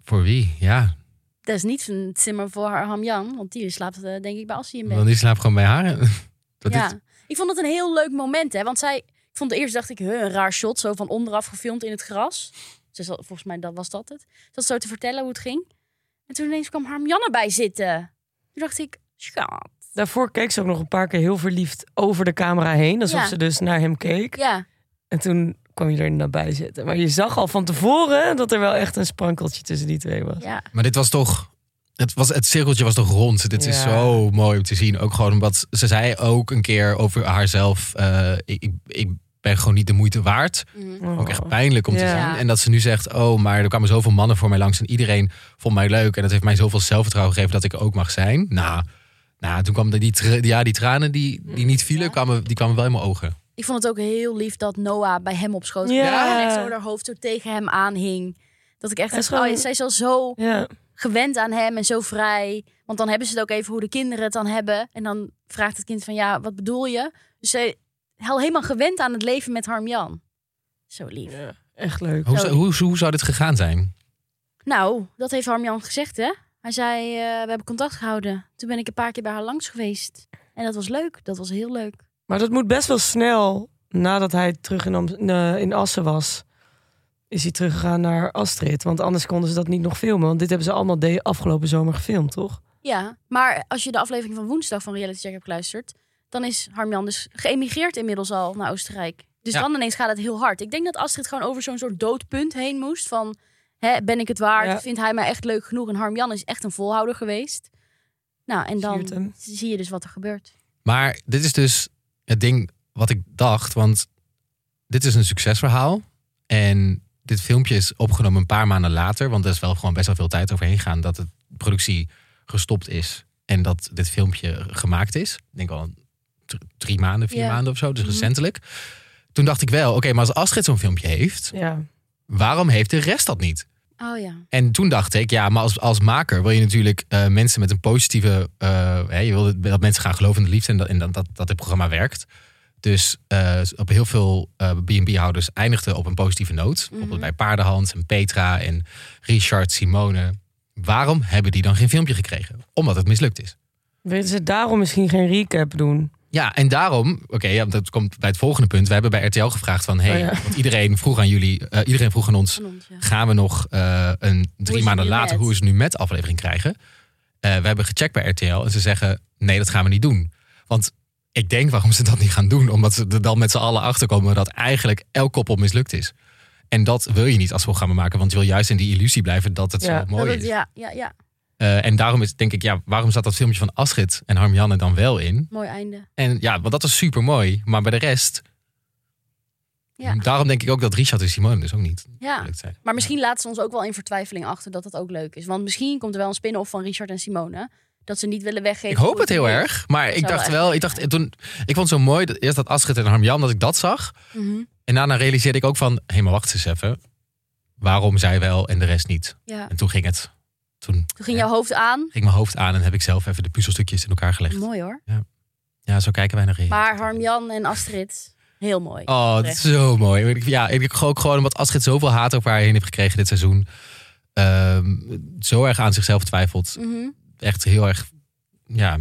Speaker 1: voor wie? Ja,
Speaker 3: Dat is niet een zimmer voor haar Hamjan, want die slaapt eh, denk ik bij Assie in bed.
Speaker 1: want die slaapt gewoon bij haar. Dat
Speaker 3: ja.
Speaker 1: is,
Speaker 3: Ik vond het een heel leuk moment, hè? Want zij, ik vond eerst dacht ik, huh, een raar shot, zo van onderaf gefilmd in het gras. Ze zat, volgens mij dat was dat het. Ze zat zo te vertellen hoe het ging. En toen ineens kwam Harmjan erbij zitten. Toen dacht ik, schat.
Speaker 2: Daarvoor keek ze ook nog een paar keer heel verliefd over de camera heen. Alsof
Speaker 3: Ja.
Speaker 2: ze dus naar hem keek.
Speaker 3: Ja,
Speaker 2: En toen kwam je er naar bij zitten. Maar je zag al van tevoren dat er wel echt een sprankeltje tussen die twee was.
Speaker 3: ja.
Speaker 1: maar dit was toch, het, was, het cirkeltje was toch rond. Dit is
Speaker 2: Ja.
Speaker 1: zo mooi om te zien. Ook gewoon omdat ze zei ook een keer over haarzelf, eh, ik, ik, ik ben gewoon niet de moeite waard.
Speaker 3: Mhm.
Speaker 2: Oh.
Speaker 1: Ook echt pijnlijk om te
Speaker 2: Ja.
Speaker 1: zien. En dat ze nu zegt, oh, maar er kwamen zoveel mannen voor mij langs... en iedereen vond mij leuk. En dat heeft mij zoveel zelfvertrouwen gegeven dat ik er ook mag zijn. Nou, nou toen kwamen die, tra- ja, die tranen die, die niet vielen,
Speaker 3: Mhm. Ja.
Speaker 1: kwamen, die kwamen wel in mijn ogen.
Speaker 3: Ik vond het ook heel lief dat Noah bij hem op schoot
Speaker 2: Ja.
Speaker 3: kwam En echt zo haar hoofd zo tegen hem aanhing. Dat ik echt
Speaker 2: Dat is
Speaker 3: dacht, oh, ja,
Speaker 2: gewoon-
Speaker 3: zij is al zo
Speaker 2: Ja.
Speaker 3: gewend aan hem en zo vrij. Want dan hebben ze het ook even hoe de kinderen het dan hebben. En dan vraagt het kind van ja, wat bedoel je? Dus ze heel helemaal gewend aan het leven met Harmjan. Zo lief.
Speaker 2: ja, echt leuk.
Speaker 1: Hoe,
Speaker 3: Zo.
Speaker 1: zou- hoe, hoe zou dit gegaan zijn?
Speaker 3: Nou, dat heeft Harmjan gezegd hè. Hij zei, eh, we hebben contact gehouden. Toen ben ik een paar keer bij haar langs geweest. En dat was leuk, dat was heel leuk.
Speaker 2: Maar dat moet best wel snel nadat hij terug in, Am- eh, in Assen was. Is hij teruggegaan naar Astrid. Want anders konden ze dat niet nog filmen. Want dit hebben ze allemaal de afgelopen zomer gefilmd, toch?
Speaker 3: Ja, maar als je de aflevering van woensdag van Reality Check hebt geluisterd... dan is Harmjan dus geëmigreerd inmiddels al naar Oostenrijk. Dus
Speaker 1: Ja.
Speaker 3: dan ineens gaat het heel hard. Ik denk dat Astrid gewoon over zo'n soort doodpunt heen moest van... Hè, ben ik het waard?
Speaker 2: Ja.
Speaker 3: Vindt hij mij echt leuk genoeg? En Harmjan is echt een volhouder geweest. Nou, en
Speaker 2: Siert
Speaker 3: dan
Speaker 2: hem.
Speaker 3: zie je dus wat er gebeurt.
Speaker 1: Maar dit is dus het ding wat ik dacht. Want dit is een succesverhaal. En dit filmpje is opgenomen een paar maanden later. Want er is wel gewoon best wel veel tijd overheen gegaan dat de productie gestopt is. En dat dit filmpje gemaakt is. Ik denk al dr- drie maanden, vier
Speaker 3: Ja.
Speaker 1: maanden of zo. Dus
Speaker 3: Mhm.
Speaker 1: recentelijk. Toen dacht ik wel, oké, maar als Astrid zo'n filmpje heeft,
Speaker 2: Ja.
Speaker 1: waarom heeft de rest dat niet?
Speaker 3: Oh ja.
Speaker 1: En toen dacht ik, ja, maar als, als maker wil je natuurlijk eh, mensen met een positieve. eh, hè, je wil dat- dat mensen gaan geloven in de liefde en dat, en dat, dat, dat dit programma werkt. Dus eh, op heel veel eh, BB-houders eindigden op een positieve noot.
Speaker 2: Mhm.
Speaker 1: Bijvoorbeeld bij Paardenhans en Petra en Richard, Simone. Waarom hebben die dan geen filmpje gekregen? Omdat het mislukt is.
Speaker 2: Weten ze daarom misschien geen recap doen?
Speaker 1: Ja, en daarom, oké, ja, dat komt bij het volgende punt. We hebben bij RTL gevraagd van, hey,
Speaker 2: Oh ja.
Speaker 1: want iedereen vroeg aan jullie, eh, iedereen vroeg aan ons,
Speaker 3: Van ons, ja.
Speaker 1: gaan we nog eh, een
Speaker 3: Hoe
Speaker 1: drie
Speaker 3: is
Speaker 1: maanden
Speaker 3: het nu
Speaker 1: later,
Speaker 3: met?
Speaker 1: hoe is het nu met aflevering krijgen? Eh, we hebben gecheckt bij RTL en ze zeggen, nee, dat gaan we niet doen. Want ik denk waarom ze dat niet gaan doen, omdat ze er dan met z'n allen achterkomen dat eigenlijk elk koppel mislukt is. En dat wil je niet als programma maken, want je wil juist in die illusie blijven dat het
Speaker 2: Ja.
Speaker 1: zo
Speaker 3: Dat
Speaker 1: mooi
Speaker 3: het-
Speaker 1: is.
Speaker 3: ja, ja, ja,
Speaker 1: Eh, en daarom is, denk ik, ja, waarom zat dat filmpje van Astrid en Harmianne dan wel in?
Speaker 3: mooi einde.
Speaker 1: En ja, want dat is super mooi. Maar bij de rest.
Speaker 3: Ja.
Speaker 1: Daarom denk ik ook dat Richard en Simone dus ook niet
Speaker 3: Ja.
Speaker 1: gelukt zijn.
Speaker 3: Maar misschien laten ze ons ook wel in vertwijfeling achter dat dat ook leuk is. Want misschien komt er wel een spin-off van Richard en Simone. Dat ze niet willen weggeven.
Speaker 1: Ik hoop
Speaker 3: hoe
Speaker 1: het heel
Speaker 3: nu is.
Speaker 1: erg. Maar ik
Speaker 3: zou
Speaker 1: dacht
Speaker 3: wel echt
Speaker 1: wel, ik dacht
Speaker 3: leuk
Speaker 1: toen. Ik vond het zo mooi dat, eerst dat Astrid en Harmjan dat ik dat zag.
Speaker 3: Mhm,
Speaker 1: En daarna realiseerde ik ook van: hé, maar wacht eens even. Waarom zij wel en de rest niet?
Speaker 3: ja.
Speaker 1: En toen ging het. Toen
Speaker 3: Toen ging
Speaker 1: Ja.
Speaker 3: jouw hoofd aan.
Speaker 1: ging mijn hoofd aan en heb ik zelf even de puzzelstukjes in elkaar gelegd.
Speaker 3: Mooi hoor.
Speaker 1: Ja, zo kijken wij naar Richard.
Speaker 3: Maar Harmjan en Astrid, heel mooi.
Speaker 1: Oh, dat is zo mooi. Ik- Ja, ik ook gewoon omdat Astrid zoveel haat over haar heen heeft gekregen dit seizoen. ehm, zo erg aan zichzelf twijfelt.
Speaker 3: Mhm.
Speaker 1: Echt heel erg, ja,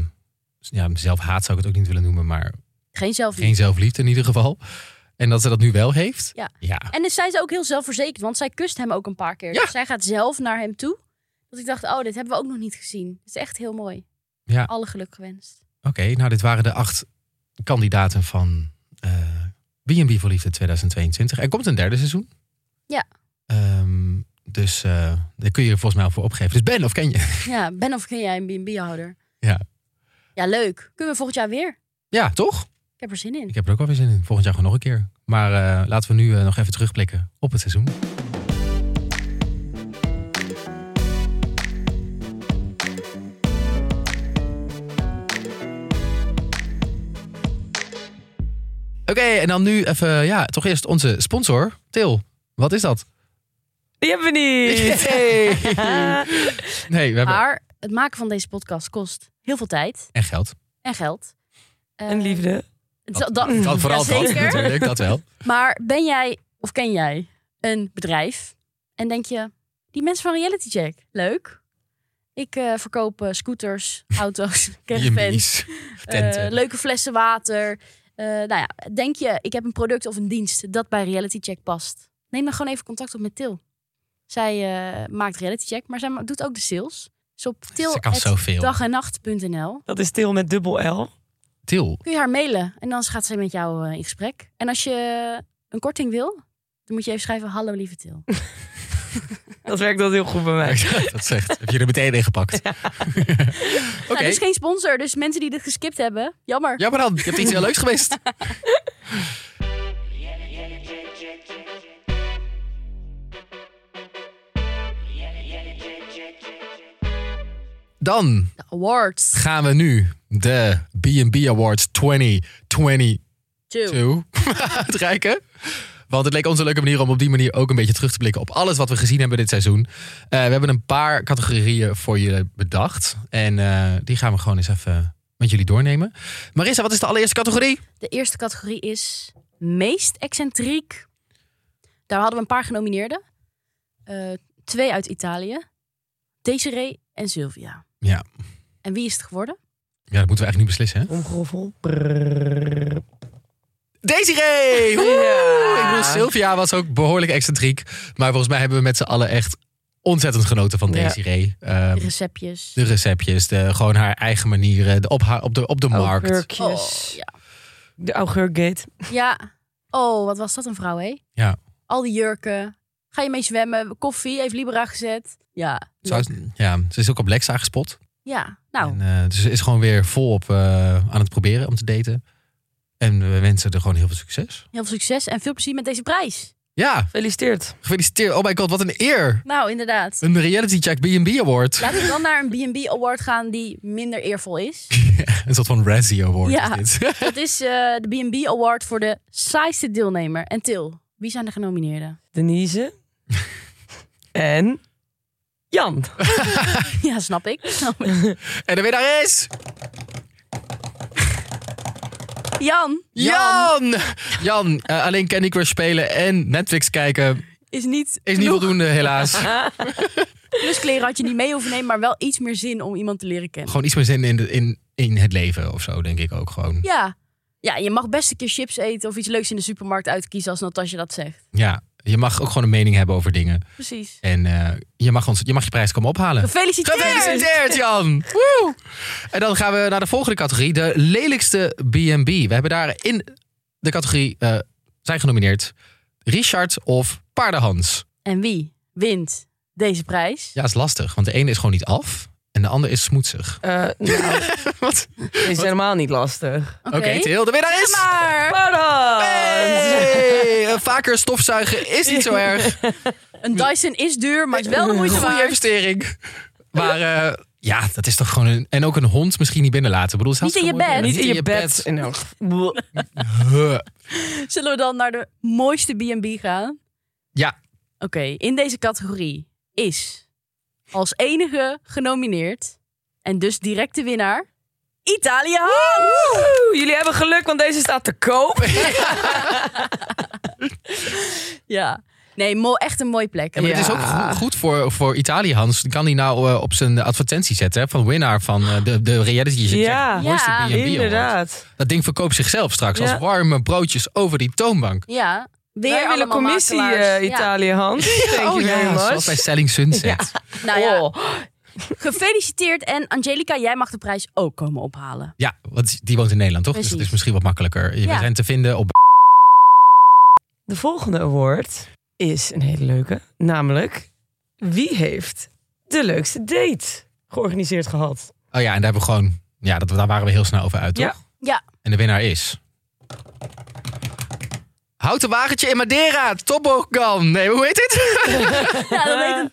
Speaker 1: s- ja, zelfhaat zou ik het ook niet willen noemen, maar
Speaker 3: Geen zelfliefde.
Speaker 1: geen zelfliefde in ieder geval. En dat ze dat nu wel heeft.
Speaker 3: Ja.
Speaker 1: ja.
Speaker 3: En dus zijn ze ook heel zelfverzekerd, want zij kust hem ook een paar keer.
Speaker 1: Ja.
Speaker 3: Dus zij gaat zelf naar hem toe. Dat ik dacht, oh, dit hebben we ook nog niet gezien. Het is echt heel mooi.
Speaker 1: Ja.
Speaker 3: Alle geluk gewenst.
Speaker 1: Oké, nou dit waren de acht kandidaten van eh, B&B voor Liefde 2022. Er komt een derde seizoen.
Speaker 3: Ja.
Speaker 1: Ehm, dus eh, daar kun je je volgens mij al voor opgeven. Dus Ben, of ken je?
Speaker 3: Ja, ben of ken jij een B&B-houder?
Speaker 1: Ja.
Speaker 3: Ja, leuk. Kunnen we volgend jaar weer?
Speaker 1: Ja, toch?
Speaker 3: Ik heb er zin in.
Speaker 1: Ik heb er ook wel weer zin in. Volgend jaar gewoon nog een keer. Maar eh, laten we nu eh, nog even terugblikken op het seizoen. Oké, en dan nu even, ja, toch eerst onze sponsor, Til. Wat is dat?
Speaker 2: Die hebben we niet.
Speaker 1: Hey. Nee, we hebben
Speaker 3: Maar het maken van deze podcast kost heel veel tijd
Speaker 1: echt geld.
Speaker 3: en geld. Eh,
Speaker 2: en liefde.
Speaker 3: het- dat-
Speaker 1: Dat, vooral dat,
Speaker 3: jazeker.
Speaker 1: natuurlijk, dat wel.
Speaker 3: Maar ben jij of ken jij een bedrijf en denk je, die mensen van Reality Check, leuk. Ik eh, verkoop eh, scooters, auto's, caravans,
Speaker 1: B&B's,
Speaker 3: eh,
Speaker 1: tenten.
Speaker 3: leuke flessen water. Eh, nou ja, denk je, ik heb een product of een dienst dat bij Reality Check past. Neem dan gewoon even contact op met Til. Zij eh, maakt Reality Check, maar zij ma- doet ook de sales. Dus op
Speaker 1: Ze kan zoveel.
Speaker 3: dag en nacht.nl
Speaker 2: Dat is stil met dubbel L.
Speaker 1: Til,
Speaker 3: kun je haar mailen. En dan gaat zij met jou eh, in gesprek. En als je een korting wil, dan moet je even schrijven: Hallo lieve Til.
Speaker 2: Dat werkt dat heel goed bij mij.
Speaker 1: dat zegt. Heb je er meteen in gepakt? Oké.
Speaker 3: Nou, dit is geen sponsor, dus mensen die dit geskipt hebben, jammer.
Speaker 1: Ja, maar dan. Je hebt iets heel leuks gemist. Dan
Speaker 3: De awards.
Speaker 1: gaan we nu de B&B Awards 2022
Speaker 3: Two.
Speaker 1: uitreiken. Want het leek ons een leuke manier om op die manier ook een beetje terug te blikken op alles wat we gezien hebben dit seizoen. Eh, we hebben een paar categorieën voor je bedacht. En eh, die gaan we gewoon eens even met jullie doornemen. Marissa, wat is de allereerste categorie?
Speaker 3: De eerste categorie is meest excentriek. Daar hadden we een paar genomineerden. Eh, twee uit Italië. Desiree en Sylvia.
Speaker 1: Ja.
Speaker 3: En wie is het geworden?
Speaker 1: Ja, dat moeten we eigenlijk nu beslissen, hè?
Speaker 2: Omgroffel.
Speaker 1: Desiree! Woe!
Speaker 2: Ja.
Speaker 1: Ik bedoel, Sylvia was ook behoorlijk excentriek. Maar volgens mij hebben we met z'n allen echt ontzettend genoten van
Speaker 2: Ja.
Speaker 1: Desiree. Ehm,
Speaker 3: Receptjes.
Speaker 1: de receptjes, de, gewoon haar eigen manieren, de op, haar, op de, op de
Speaker 2: Oh,
Speaker 1: markt.
Speaker 2: Augurkjes.
Speaker 3: Oh, ja.
Speaker 2: De augurgate.
Speaker 3: ja. Oh, wat was dat een vrouw, hé?
Speaker 1: Ja.
Speaker 3: Al die jurken. Ga je mee zwemmen? Koffie heeft Libera gezet. Ja.
Speaker 1: Zou ze- ja, ze is ook op Lexa gespot.
Speaker 3: Ja. Nou,
Speaker 1: En, eh, dus ze is gewoon weer volop eh, aan het proberen om te daten. En we wensen er gewoon heel veel succes.
Speaker 3: heel veel succes en veel plezier met deze prijs.
Speaker 1: Ja,
Speaker 2: Gefeliciteerd.
Speaker 1: gefeliciteerd. Oh my god, wat een eer.
Speaker 3: Nou, inderdaad.
Speaker 1: Een reality check B&B award.
Speaker 3: Laten we dan naar een B&B award gaan die minder eervol is.
Speaker 1: Een soort van Razzie award
Speaker 3: Ja.
Speaker 1: is dit.
Speaker 3: Dat is eh, de B&B award voor de saaiste deelnemer. En Til, wie zijn de genomineerden?
Speaker 2: Denise. en Jan.
Speaker 3: ja, snap ik. Snap ik.
Speaker 1: en de winnaar is...
Speaker 3: Jan,
Speaker 1: Jan! Jan, eh, alleen Candy Crush spelen en Netflix kijken
Speaker 3: is niet
Speaker 1: is niet
Speaker 3: genoeg.
Speaker 1: voldoende helaas.
Speaker 3: Dus kleren had je niet mee hoeven nemen, maar wel iets meer zin om iemand te leren kennen.
Speaker 1: Gewoon iets meer zin in, de, in, in het leven of zo, denk ik ook gewoon.
Speaker 3: Ja, Ja, je mag best een keer chips eten of iets leuks in de supermarkt uitkiezen als Natasja dat zegt.
Speaker 1: Ja, je mag ook gewoon een mening hebben over dingen.
Speaker 3: Precies.
Speaker 1: En eh, je, mag ons, je mag je prijs komen ophalen.
Speaker 3: Gefeliciteerd!
Speaker 1: Gefeliciteerd, Jan! Woe! En dan gaan we naar de volgende categorie, de lelijkste B&B. We hebben daar in de categorie, eh, zijn genomineerd, Richard of Paardenhans.
Speaker 3: En wie wint deze prijs?
Speaker 1: Ja, is lastig, want de ene is gewoon niet af en de ander is smoetsig.
Speaker 2: Eh, nou,
Speaker 1: Wat?
Speaker 2: dit is helemaal niet lastig.
Speaker 1: Oké, Til, de winnaar is...
Speaker 3: maar
Speaker 2: Pardon!
Speaker 1: Hey! Eh, Vaker stofzuigen is niet zo erg.
Speaker 3: een Dyson is duur, maar het is wel de moeite
Speaker 1: Goede
Speaker 3: waard.
Speaker 1: investering. Maar eh, ja, dat is toch gewoon een... En ook een hond misschien niet binnenlaten. Ik Bedoel, zelfs
Speaker 3: Niet in je
Speaker 1: gewoon-
Speaker 3: bed.
Speaker 2: Niet in je bed. In elk geval.
Speaker 1: Huh.
Speaker 3: Zullen we dan naar de mooiste B&B gaan?
Speaker 1: Ja,
Speaker 3: Oké, in deze categorie is als enige genomineerd en dus directe winnaar Italië.
Speaker 2: Oeh, Jullie hebben geluk, want deze staat te koop.
Speaker 3: Ja. Nee, mo- echt een mooie plek.
Speaker 1: Ja, maar het is ook
Speaker 2: Ja.
Speaker 1: go- goed voor, voor Italië, Hans. Kan die nou eh, op zijn advertentie zetten? hè, Van winnaar van eh, de, de reality show.
Speaker 2: Ja.
Speaker 1: Het mooiste
Speaker 3: Ja,
Speaker 1: B&B award.
Speaker 2: Inderdaad.
Speaker 1: Dat ding verkoopt zichzelf straks
Speaker 2: Ja.
Speaker 1: als warme broodjes over die toonbank.
Speaker 3: Ja, weer
Speaker 2: Wij willen
Speaker 3: allemaal
Speaker 2: commissie
Speaker 3: makelaars.
Speaker 2: eh,
Speaker 3: Ja.
Speaker 2: Italië, Hans. Thank you very
Speaker 1: Oh, zoals bij
Speaker 2: much.
Speaker 1: Selling Sunset. Ja,
Speaker 3: Nou ja,
Speaker 2: Oh.
Speaker 3: gefeliciteerd en Angelica, jij mag de prijs ook komen ophalen.
Speaker 1: want die woont in Nederland, toch? Dus
Speaker 3: Precies.
Speaker 1: dat is misschien wat makkelijker. We
Speaker 3: Ja.
Speaker 1: zijn te vinden op...
Speaker 2: De volgende award is een hele leuke. Namelijk, wie heeft de leukste date georganiseerd gehad?
Speaker 1: Oh ja, en daar hebben we gewoon... Ja, dat, daar waren we heel snel over uit, toch?
Speaker 2: Ja.
Speaker 3: Ja.
Speaker 1: En de winnaar is... Houten wagentje in Madeira. Toboggan. Nee, hoe heet dit?
Speaker 3: Ja, dat heet een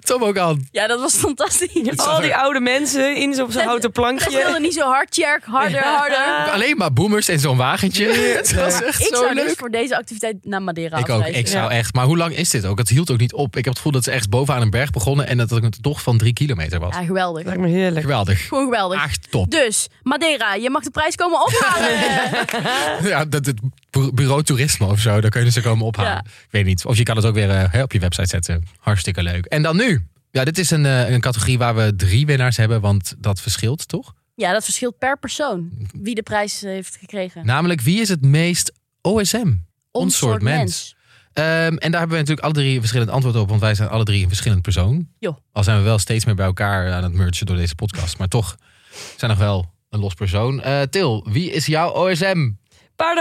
Speaker 1: Toboggan.
Speaker 3: Ja, dat was fantastisch.
Speaker 2: Al die oude mensen in zo'n zo'n houten
Speaker 3: Ze wilde
Speaker 2: plankje.
Speaker 3: niet zo hard, Jerk. Harder, harder.
Speaker 1: Alleen maar boomers en zo'n wagentje. Het was echt
Speaker 3: Eh. Ik
Speaker 1: zo
Speaker 3: zou dus
Speaker 1: leuk.
Speaker 3: voor deze activiteit naar Madeira
Speaker 1: Ik ook,
Speaker 3: afreizen.
Speaker 1: ik zou echt. Maar hoe lang is dit ook? Het hield ook niet op. Ik heb het gevoel dat ze echt bovenaan een berg begonnen en dat het een tocht van drie kilometer was.
Speaker 3: Ja, geweldig.
Speaker 2: Lijkt me heerlijk.
Speaker 1: Geweldig.
Speaker 3: Gewoon geweldig.
Speaker 1: Echt top.
Speaker 3: Dus, Madeira, je mag de prijs komen ophalen.
Speaker 1: Ja, dat, het bu- bureau toerisme of zo, daar kunnen ze komen ophalen.
Speaker 3: Ja.
Speaker 1: Ik weet niet. Of je kan het ook weer eh, hè, op je website zetten. Hartstikke leuk. En dan nu. Ja, dit is een, eh, een categorie waar we drie winnaars hebben, want dat verschilt toch?
Speaker 3: ja, dat verschilt per persoon wie de prijs eh, heeft gekregen.
Speaker 1: Namelijk, wie is het meest OSM? Nou, ons soort mens. Ehm, en daar hebben we natuurlijk alle drie een verschillend antwoord op, want wij zijn alle drie een verschillend persoon.
Speaker 3: Joh.
Speaker 1: Al zijn we wel steeds meer bij elkaar eh, aan het mergen door deze podcast, maar toch zijn nog wel een los persoon. Eh, Til, wie is jouw OSM?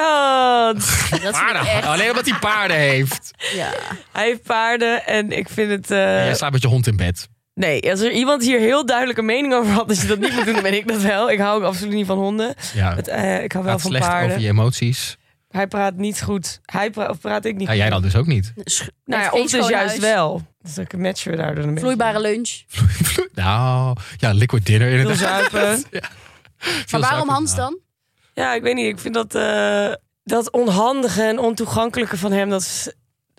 Speaker 2: Paardenhand!
Speaker 3: Dat vind ik
Speaker 1: Paarden.
Speaker 3: echt-
Speaker 1: Alleen omdat hij paarden heeft.
Speaker 3: Ja.
Speaker 2: Hij heeft paarden en ik vind het... eh,
Speaker 1: Jij slaapt met je hond in bed.
Speaker 2: Nee, als er iemand hier heel duidelijk een mening over had dat je dat niet moet doen, dan ben ik dat wel. Ik hou ook absoluut niet van honden.
Speaker 1: Ja,
Speaker 2: Het, eh, ik hou wel
Speaker 1: gaat
Speaker 2: van
Speaker 1: slecht over
Speaker 2: paarden.
Speaker 1: je emoties.
Speaker 2: Hij praat niet goed. Hij pra- of praat ik niet
Speaker 1: Ja,
Speaker 2: goed.
Speaker 1: jij dan dus ook niet.
Speaker 3: Sch-
Speaker 2: Nou ja,
Speaker 3: geen
Speaker 2: ons
Speaker 3: schoon
Speaker 2: dus juist
Speaker 3: huis.
Speaker 2: wel. Dus dan matchen we daar dan een beetje.
Speaker 3: Vloeibare lunch.
Speaker 1: nou, ja, liquid dinner
Speaker 2: Veel
Speaker 1: inderdaad.
Speaker 2: zuipen.
Speaker 3: Maar waarom Hans
Speaker 1: dan?
Speaker 3: dan?
Speaker 2: Ja, ik weet niet. Ik vind dat, eh, dat onhandige en ontoegankelijke van hem. Dat is,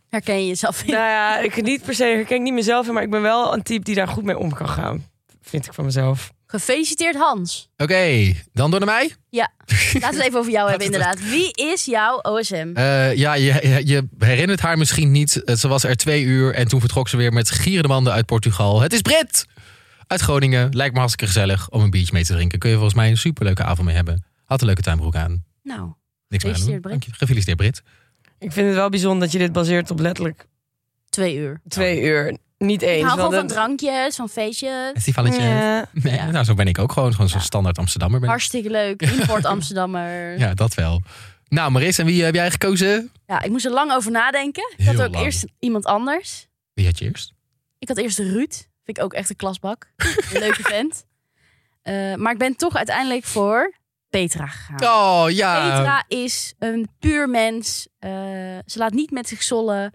Speaker 3: Herken je jezelf in?
Speaker 2: nou ja, ik niet per se herken ik niet mezelf in, maar ik ben wel een type die daar goed mee om kan gaan. Vind ik van mezelf.
Speaker 3: Gefeliciteerd Hans.
Speaker 1: Oké, dan door naar mij.
Speaker 3: Ja, laten we het even over jou hebben inderdaad. Wie is jouw OSM?
Speaker 1: Eh, ja, je, je herinnert haar misschien niet. Eh, Ze was er twee uur en toen vertrok ze weer met gierende wanden uit Portugal. Het is Brit! Uit Groningen. Lijkt me hartstikke gezellig om een biertje mee te drinken. Kun je volgens mij een superleuke avond mee hebben. Had een leuke tuinbroek aan.
Speaker 3: Nou,
Speaker 1: Niks meer aan doen.
Speaker 3: Gefeliciteerd, Brit.
Speaker 1: Dank je. Gefeliciteerd Brit.
Speaker 2: Ik vind het wel bijzonder dat je dit baseert op letterlijk
Speaker 3: twee uur.
Speaker 1: Oh.
Speaker 2: twee uur. Niet eens.
Speaker 3: Ik hou gewoon
Speaker 2: want
Speaker 3: van
Speaker 2: dat-
Speaker 3: drankjes, van feestjes.
Speaker 1: Festivalletje.
Speaker 2: Ja.
Speaker 1: Nee,
Speaker 3: Ja.
Speaker 1: Nou, zo ben ik ook gewoon. Gewoon zo'n
Speaker 3: Ja.
Speaker 1: standaard Amsterdammer ben ik.
Speaker 3: Hartstikke leuk. Import Amsterdammer. Ja.
Speaker 1: Ja, dat wel. Nou, Maris, en wie eh, heb jij gekozen?
Speaker 3: ik moest er lang over nadenken. Ik
Speaker 1: Heel
Speaker 3: had ook
Speaker 1: lang.
Speaker 3: eerst iemand anders.
Speaker 1: Wie had je eerst?
Speaker 3: Ik had eerst Ruud. Vind ik ook echt een klasbak. Een leuke vent. Eh, maar ik ben toch uiteindelijk voor Petra gegaan.
Speaker 1: Oh, ja.
Speaker 3: Petra is een puur mens. Eh, ze laat niet met zich zollen.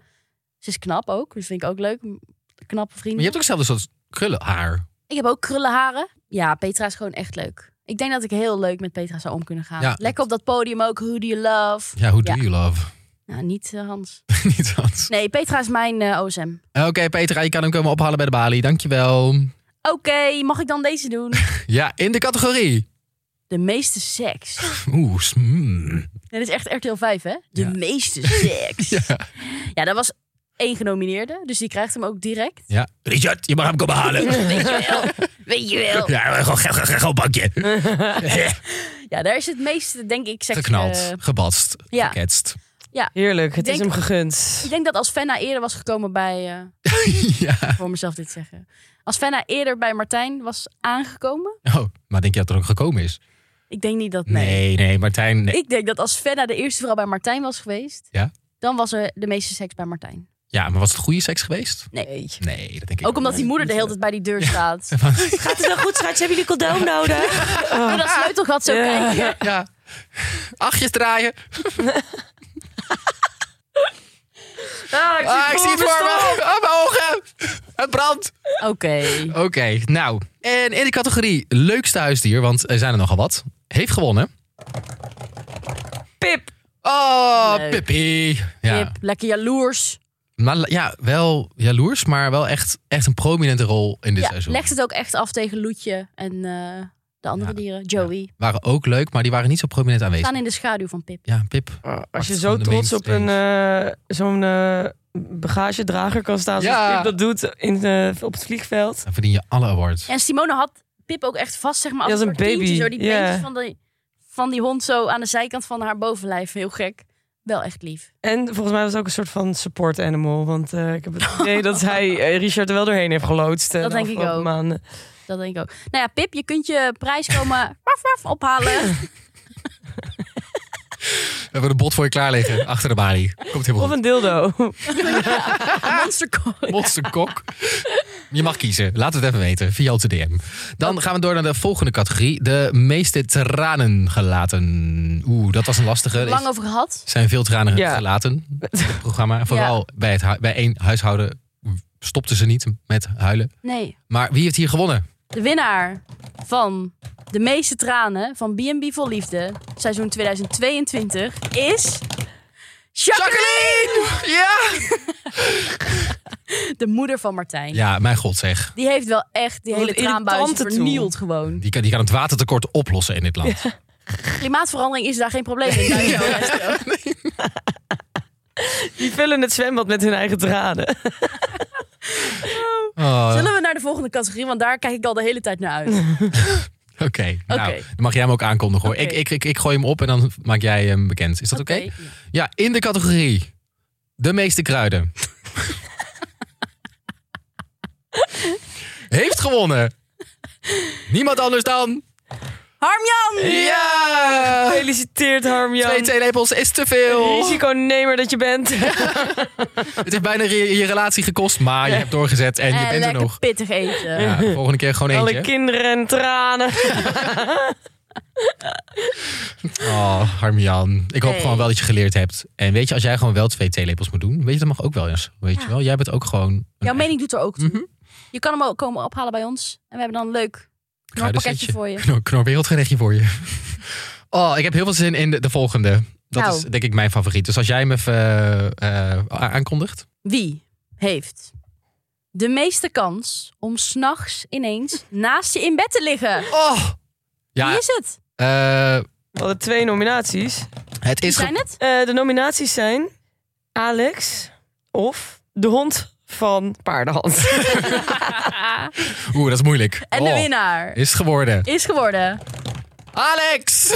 Speaker 3: Ze is knap ook. Dus vind ik ook leuk. Een Knappe vrienden.
Speaker 1: Maar je hebt ook hetzelfde soort krullen haar.
Speaker 3: Ik heb ook krullenharen. Ja, Petra is gewoon echt leuk. Ik denk dat ik heel leuk met Petra zou om kunnen gaan.
Speaker 1: Ja.
Speaker 3: Lekker op dat podium ook. Who do you love?
Speaker 1: Ja, hoe do
Speaker 3: Ja.
Speaker 1: you love?
Speaker 3: Nou, niet eh, Hans.
Speaker 1: Niet anders.
Speaker 3: Nee, Petra is mijn eh, OSM.
Speaker 1: Oké, Petra, je kan hem komen ophalen bij de balie. Dankjewel.
Speaker 3: Oké, mag ik dan deze doen?
Speaker 1: Ja, in de categorie.
Speaker 3: De meeste seks.
Speaker 1: Oeh, hmm. sm.
Speaker 3: Ja, dit is echt RTL 5, hè? De
Speaker 1: Ja.
Speaker 3: meeste seks. ja.
Speaker 1: Ja.
Speaker 3: dat was één genomineerde. Dus die krijgt hem ook direct.
Speaker 1: ja. Richard, je mag hem komen halen.
Speaker 3: Weet je wel. Weet je wel.
Speaker 1: Ja, gewoon gek, gek, gek, gewoon bankje.
Speaker 3: Ja, daar is het meeste, denk ik, seks...
Speaker 1: Eh, Geknald,
Speaker 3: eh,
Speaker 1: gebadst,
Speaker 3: ja.
Speaker 1: geketst.
Speaker 2: Heerlijk, het
Speaker 3: Denk-
Speaker 2: is hem gegund.
Speaker 3: ik denk dat als Fenna eerder was gekomen bij... eh,
Speaker 1: ja.
Speaker 3: voor mezelf dit zeggen. Als Fenna eerder bij Martijn was aangekomen...
Speaker 1: Oh, maar denk je dat er ook gekomen is?
Speaker 3: Ik denk niet dat... Nee.
Speaker 1: Nee, nee, Martijn. Nee.
Speaker 3: Ik denk dat als Fenna de eerste vrouw bij Martijn was geweest...
Speaker 1: Ja?
Speaker 3: dan was er de meeste seks bij Martijn.
Speaker 1: Ja, maar was het goede seks geweest?
Speaker 2: Nee.
Speaker 1: Nee, dat denk ik
Speaker 3: Ook omdat die moeder de hele tijd bij die deur staat.
Speaker 2: Gaat het wel goed, schatjes? Hebben jullie condoom nodig?
Speaker 3: En dat sleutelgat zo
Speaker 2: Ja.
Speaker 3: kijken.
Speaker 1: Ja. Achtjes draaien.
Speaker 2: Ah, ik
Speaker 1: Ah, ik zie het voor me. Oh, mijn ogen. Het brandt.
Speaker 3: Oké.
Speaker 1: Oké, nou. En in de categorie leukste huisdier, want er zijn er nogal wat, heeft gewonnen.
Speaker 2: Pip.
Speaker 1: Oh,
Speaker 3: Leuk.
Speaker 1: Pippi. Ja.
Speaker 3: Pip, lekker jaloers.
Speaker 1: Maar, ja, wel jaloers, maar wel echt, echt een prominente rol in dit
Speaker 3: Ja,
Speaker 1: seizoen.
Speaker 3: legt het ook echt af tegen Loetje en eh, de andere
Speaker 1: Ja.
Speaker 3: dieren. Joey.
Speaker 1: Waren ook leuk, maar die waren niet zo prominent aanwezig.
Speaker 3: Staan in de schaduw van Pip.
Speaker 1: Ja, Pip.
Speaker 2: Ah,
Speaker 1: Wacht,
Speaker 2: Als je zo
Speaker 1: gewoon de
Speaker 2: trots op
Speaker 1: mainstage.
Speaker 2: een eh, zo'n eh, bagagedrager kan staan zoals
Speaker 1: Ja.
Speaker 2: Pip dat doet in, eh, op het vliegveld.
Speaker 1: Dan verdien je alle awards.
Speaker 3: En Simone had Pip ook echt vast, zeg maar, als,
Speaker 2: Ja, als
Speaker 3: een
Speaker 2: een
Speaker 3: soort
Speaker 2: baby.
Speaker 3: kindje, Zo die
Speaker 2: Ja.
Speaker 3: beentjes van, de, van die hond zo aan de zijkant van haar bovenlijf. Heel gek. Wel echt lief.
Speaker 2: En volgens mij was het ook een soort van support animal. Want eh, ik heb het idee dat hij eh, Richard er wel doorheen heeft geloodst. eh,
Speaker 3: Dat
Speaker 2: de
Speaker 3: denk ik
Speaker 2: afgelopen
Speaker 3: ook.
Speaker 2: maanden.
Speaker 3: Dat denk ik ook. Nou ja, Pip, je kunt je prijs komen waf, waf, ophalen.
Speaker 1: We hebben een bot voor je klaar liggen achter de balie. Komt helemaal
Speaker 2: Of
Speaker 1: goed.
Speaker 2: een dildo.
Speaker 3: Monstercoin.
Speaker 1: Monsterkok. Je mag kiezen. Laat het even weten via onze DM. Dan gaan we door naar de volgende categorie. De meeste tranen gelaten. Oeh, dat was een lastige. Er is-
Speaker 3: Lang over gehad.
Speaker 1: zijn veel tranen
Speaker 2: Ja.
Speaker 1: gelaten in het programma. Vooral bij, het, hu- bij één huishouden stopten ze niet met huilen.
Speaker 3: Nee.
Speaker 1: Maar wie heeft hier gewonnen?
Speaker 3: De winnaar van De Meeste Tranen van B&B Vol Liefde, seizoen 2022, is... Jacqueline!
Speaker 1: Ja!
Speaker 3: De moeder van Martijn.
Speaker 1: Ja, mijn god zeg.
Speaker 3: Die heeft wel echt die
Speaker 2: Wat
Speaker 3: hele
Speaker 2: een
Speaker 3: traanbuis
Speaker 2: irritante tool.
Speaker 3: vernield gewoon.
Speaker 1: Die kan, die kan het watertekort oplossen in dit land.
Speaker 3: Klimaatverandering is daar geen probleem in. Duitsland.
Speaker 2: Die vullen het zwembad met hun eigen draden.
Speaker 1: Oh,
Speaker 3: Zullen we naar de volgende categorie? Want daar kijk ik al de hele tijd naar uit.
Speaker 1: Oké, nou,
Speaker 3: Oké.
Speaker 1: dan mag jij hem ook aankondigen hoor.
Speaker 3: Oké.
Speaker 1: Ik, ik, ik, ik gooi hem op en dan maak jij hem bekend. Is dat oké? Ja, in de categorie de meeste kruiden. Heeft gewonnen. Niemand anders dan.
Speaker 3: Harmjan!
Speaker 1: Ja!
Speaker 2: Gefeliciteerd, Harm
Speaker 1: Twee
Speaker 2: Jan.
Speaker 1: theelepels is te veel.
Speaker 2: Risiconemer dat je bent.
Speaker 1: Het heeft bijna je, je relatie gekost, maar je hebt doorgezet en je
Speaker 3: En
Speaker 1: bent er
Speaker 3: Eh, lekker
Speaker 1: nog.
Speaker 3: pittig eten.
Speaker 1: Ja, de volgende keer gewoon
Speaker 2: Alle
Speaker 1: eentje.
Speaker 2: kinderen en tranen.
Speaker 1: Oh, Harmjan. Ik hoop
Speaker 3: Nee.
Speaker 1: gewoon wel dat je geleerd hebt. En weet je, als jij gewoon wel twee theelepels moet doen, weet je, dat mag ook wel eens. Weet je
Speaker 3: Ja.
Speaker 1: wel, jij bent ook gewoon. een
Speaker 3: Jouw
Speaker 1: eigen
Speaker 3: mening doet er ook toe.
Speaker 1: Mhm.
Speaker 3: Je kan hem ook komen ophalen bij ons. En we hebben dan een leuk
Speaker 1: kruidensetje.
Speaker 3: pakketje voor je.
Speaker 1: Knor, wereldgerechtje voor je. Oh, ik heb heel veel zin in de, de volgende. Dat
Speaker 3: Nou.
Speaker 1: is denk ik mijn favoriet. Dus als jij hem even eh, eh, a- aankondigt.
Speaker 3: Wie heeft de meeste kans om s'nachts ineens naast je in bed te liggen?
Speaker 1: Oh! Ja,
Speaker 3: Wie is het?
Speaker 1: eh,
Speaker 2: We hadden twee nominaties.
Speaker 1: het
Speaker 3: Wie
Speaker 1: is... ge-
Speaker 3: zijn het?
Speaker 2: Eh, de nominaties zijn Alex of de hond van Paardenhand.
Speaker 1: Oeh, dat is moeilijk.
Speaker 3: en de
Speaker 1: Oh,
Speaker 3: winnaar
Speaker 1: Is het geworden.
Speaker 3: is geworden.
Speaker 1: Alex!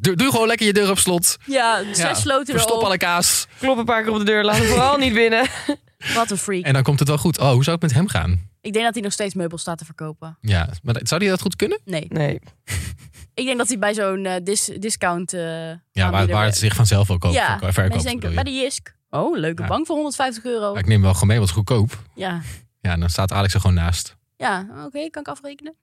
Speaker 1: doe, doe gewoon lekker je deur op slot.
Speaker 3: Ja, zes
Speaker 1: Ja,
Speaker 3: sloten
Speaker 1: Verstop
Speaker 3: erop.
Speaker 1: alle kaas.
Speaker 2: Klop een paar keer op de deur, laat hem vooral niet binnen.
Speaker 3: Wat een freak.
Speaker 1: En dan komt het wel goed. Oh, hoe zou het met hem gaan?
Speaker 3: Ik denk dat hij nog steeds meubels staat te verkopen.
Speaker 1: Ja, maar zou die dat goed kunnen?
Speaker 3: Nee.
Speaker 2: Nee.
Speaker 3: Ik denk dat hij bij zo'n eh, dis- discount. eh
Speaker 1: Ja, waar,
Speaker 3: aanbieder-
Speaker 1: waar het zich vanzelf ook over
Speaker 3: Ja,
Speaker 1: verkoopt.
Speaker 3: mensen
Speaker 1: bedoel
Speaker 3: denken
Speaker 1: je.
Speaker 3: bij de Jisk. Oh, leuke
Speaker 1: Ja.
Speaker 3: bank voor 150 euro.
Speaker 1: Maar Ik neem wel gewoon mee, want het is goedkoop.
Speaker 3: Ja,
Speaker 1: Ja, dan staat Alex er gewoon naast.
Speaker 3: ja oké, kan ik afrekenen.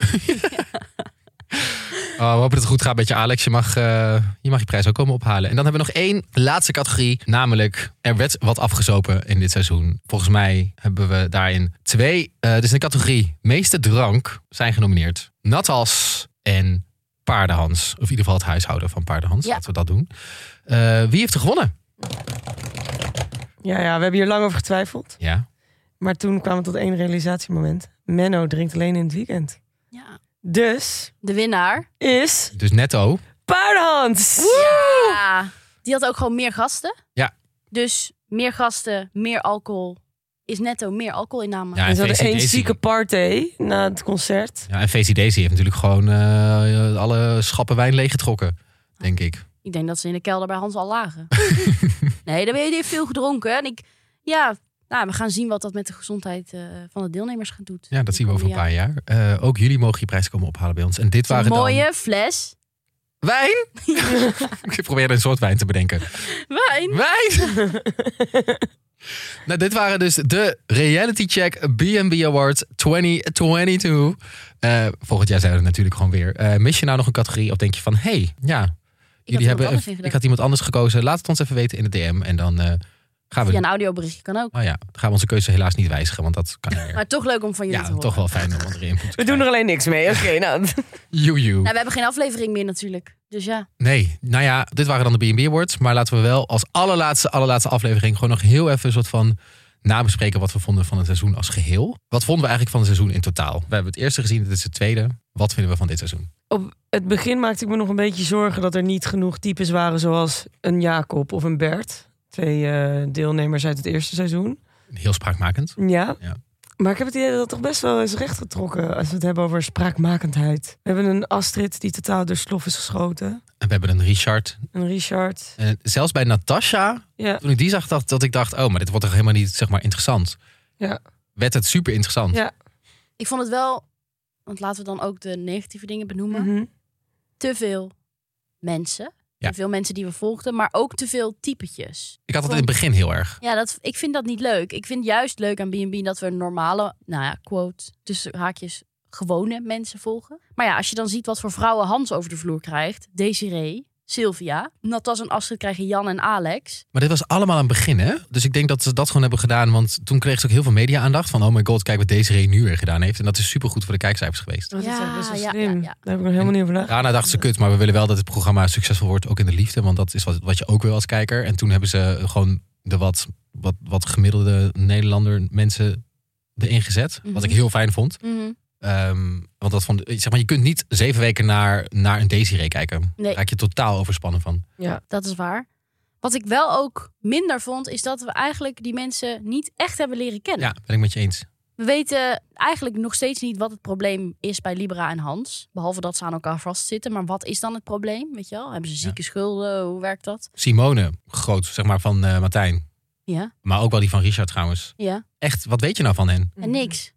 Speaker 1: Oh, we hopen dat het goed gaat met je, Alex. Je mag, eh, je mag je prijs ook komen ophalen. En dan hebben we nog één laatste categorie. Namelijk, er werd wat afgezopen in dit seizoen. Volgens mij hebben we daarin twee. eh dus in de categorie meeste drank zijn genomineerd. Natas en Paardenhans. Of in ieder geval het huishouden van Paardenhans.
Speaker 3: Ja.
Speaker 1: Laten we dat doen. Eh, wie heeft er gewonnen?
Speaker 2: Ja, ja, we hebben hier lang over getwijfeld.
Speaker 1: Ja.
Speaker 2: Maar toen kwamen we tot één realisatiemoment. Menno drinkt alleen in het weekend.
Speaker 3: Ja.
Speaker 2: Dus
Speaker 3: De winnaar.
Speaker 2: is
Speaker 1: Dus netto.
Speaker 2: Paardenhand.
Speaker 3: Ja. Die had ook gewoon meer gasten.
Speaker 1: Ja.
Speaker 3: Dus meer gasten, meer alcohol is netto meer alcoholinname.
Speaker 1: Ja,
Speaker 2: en ze hadden één
Speaker 1: AC/DC.
Speaker 2: zieke party na het concert.
Speaker 1: Ja, en VCDC heeft natuurlijk gewoon eh, alle schappen wijn leeggetrokken, denk ik.
Speaker 3: Ik denk dat ze in de kelder bij Hans al lagen. nee, dan ben je veel gedronken. En ik, ja, nou, we gaan zien wat dat met de gezondheid eh, van de deelnemers gaat doen.
Speaker 1: Ja, dat zien we over een paar jaar. Eh, ook jullie mogen je prijs komen ophalen bij ons. En dit
Speaker 3: Een
Speaker 1: waren
Speaker 3: mooie fles
Speaker 1: dan... Wijn? ik probeer een soort wijn te bedenken.
Speaker 3: wijn.
Speaker 1: Wijn! nou, dit waren dus de Reality Check B&B Awards 2022. Eh, volgend jaar zijn we er natuurlijk gewoon weer. Eh, mis je nou nog een categorie of denk je van... hey, ja,
Speaker 3: Ik had
Speaker 1: jullie
Speaker 3: iemand
Speaker 1: hebben...
Speaker 3: anders
Speaker 1: een-
Speaker 3: ingedaan.
Speaker 1: ik had iemand anders gekozen. Laat het ons even weten in de DM. En dan eh, gaan, we,
Speaker 3: Via een audioberichtje kan ook.
Speaker 1: nou ja, gaan we onze keuze helaas niet wijzigen. Want dat kan niet meer.
Speaker 3: Maar toch leuk om van jullie
Speaker 1: Ja,
Speaker 3: te horen.
Speaker 1: toch wel fijn om andere input te
Speaker 2: We doen er
Speaker 1: krijgen.
Speaker 2: alleen niks mee. Oké, nou.
Speaker 1: Joejoe.
Speaker 3: Nou, we hebben geen aflevering meer natuurlijk. Dus ja,
Speaker 1: Nee, nou ja, dit waren dan de B&B Awards. Maar laten we wel als allerlaatste, allerlaatste aflevering... gewoon nog heel even een soort van nabespreken... wat we vonden van het seizoen als geheel. Wat vonden we eigenlijk van het seizoen in totaal? We hebben het eerste gezien, dit is het tweede. Wat vinden we van dit seizoen?
Speaker 2: Op het begin maakte ik me nog een beetje zorgen dat er niet genoeg types waren zoals een Jacob of een Bert. Twee eh, deelnemers uit het eerste seizoen.
Speaker 1: Heel spraakmakend.
Speaker 2: Ja.
Speaker 1: Ja.
Speaker 2: Maar ik heb het idee dat dat toch best wel is rechtgetrokken als we het hebben over spraakmakendheid. We hebben een Astrid die totaal door slof is geschoten.
Speaker 1: En we hebben een Richard.
Speaker 2: Een Richard.
Speaker 1: En zelfs bij Natasha,
Speaker 2: Ja.
Speaker 1: toen ik die zag, dacht dat ik dacht... oh, maar dit wordt toch helemaal niet, zeg maar, interessant?
Speaker 2: Ja.
Speaker 1: Werd het super interessant.
Speaker 2: Ja.
Speaker 3: ik vond het wel... Want laten we dan ook de negatieve dingen benoemen.
Speaker 2: Mhm.
Speaker 3: Te veel mensen.
Speaker 1: Ja.
Speaker 3: Te veel mensen die we volgden. Maar ook te veel typetjes.
Speaker 1: Ik had het in het begin heel erg.
Speaker 3: Ja, dat, ik vind dat niet leuk. Ik vind juist leuk aan B&B dat we een normale, nou ja, quote, tussen haakjes, gewone mensen volgen. Maar ja, als je dan ziet wat voor vrouwen Hans over de vloer krijgt. Desiree, Sylvia, Natas en Astrid krijgen Jan en Alex.
Speaker 1: Maar dit was allemaal aan het begin, hè? Dus ik denk dat ze dat gewoon hebben gedaan. Want toen kreeg ze ook heel veel media-aandacht. Van, oh my god, kijk wat deze Ray nu weer gedaan heeft. En dat is supergoed voor de kijkcijfers geweest.
Speaker 2: Dat is
Speaker 3: Ja,
Speaker 2: echt best wel
Speaker 3: ja,
Speaker 2: slim.
Speaker 3: ja, ja.
Speaker 2: Daar heb ik nog helemaal niet over nagedacht.
Speaker 1: Daarna dacht ze, kut, maar we willen wel dat het programma succesvol wordt. Ook in de liefde, want dat is wat, wat je ook wil als kijker. En toen hebben ze gewoon de wat, wat, wat gemiddelde Nederlander mensen erin gezet. Wat
Speaker 3: Mhm.
Speaker 1: ik heel fijn vond. Ehm, want dat vond, zeg maar, je kunt niet zeven weken naar, naar een Desiree kijken.
Speaker 3: Nee.
Speaker 1: Daar raak je totaal overspannen van.
Speaker 3: Dat is waar. Wat ik wel ook minder vond, is dat we eigenlijk die mensen niet echt hebben leren kennen.
Speaker 1: Ja, ben ik met je eens.
Speaker 3: We weten eigenlijk nog steeds niet wat het probleem is bij Libra en Hans. Behalve dat ze aan elkaar vastzitten. Maar wat is dan het probleem? Weet je wel? Hebben ze zieke schulden? Hoe werkt dat?
Speaker 1: Simone, groot, zeg maar, van eh, Martijn.
Speaker 3: Ja,
Speaker 1: Maar ook wel die van Richard trouwens.
Speaker 3: ja.
Speaker 1: Echt, wat weet je nou van hen?
Speaker 2: Mhm.
Speaker 3: En niks.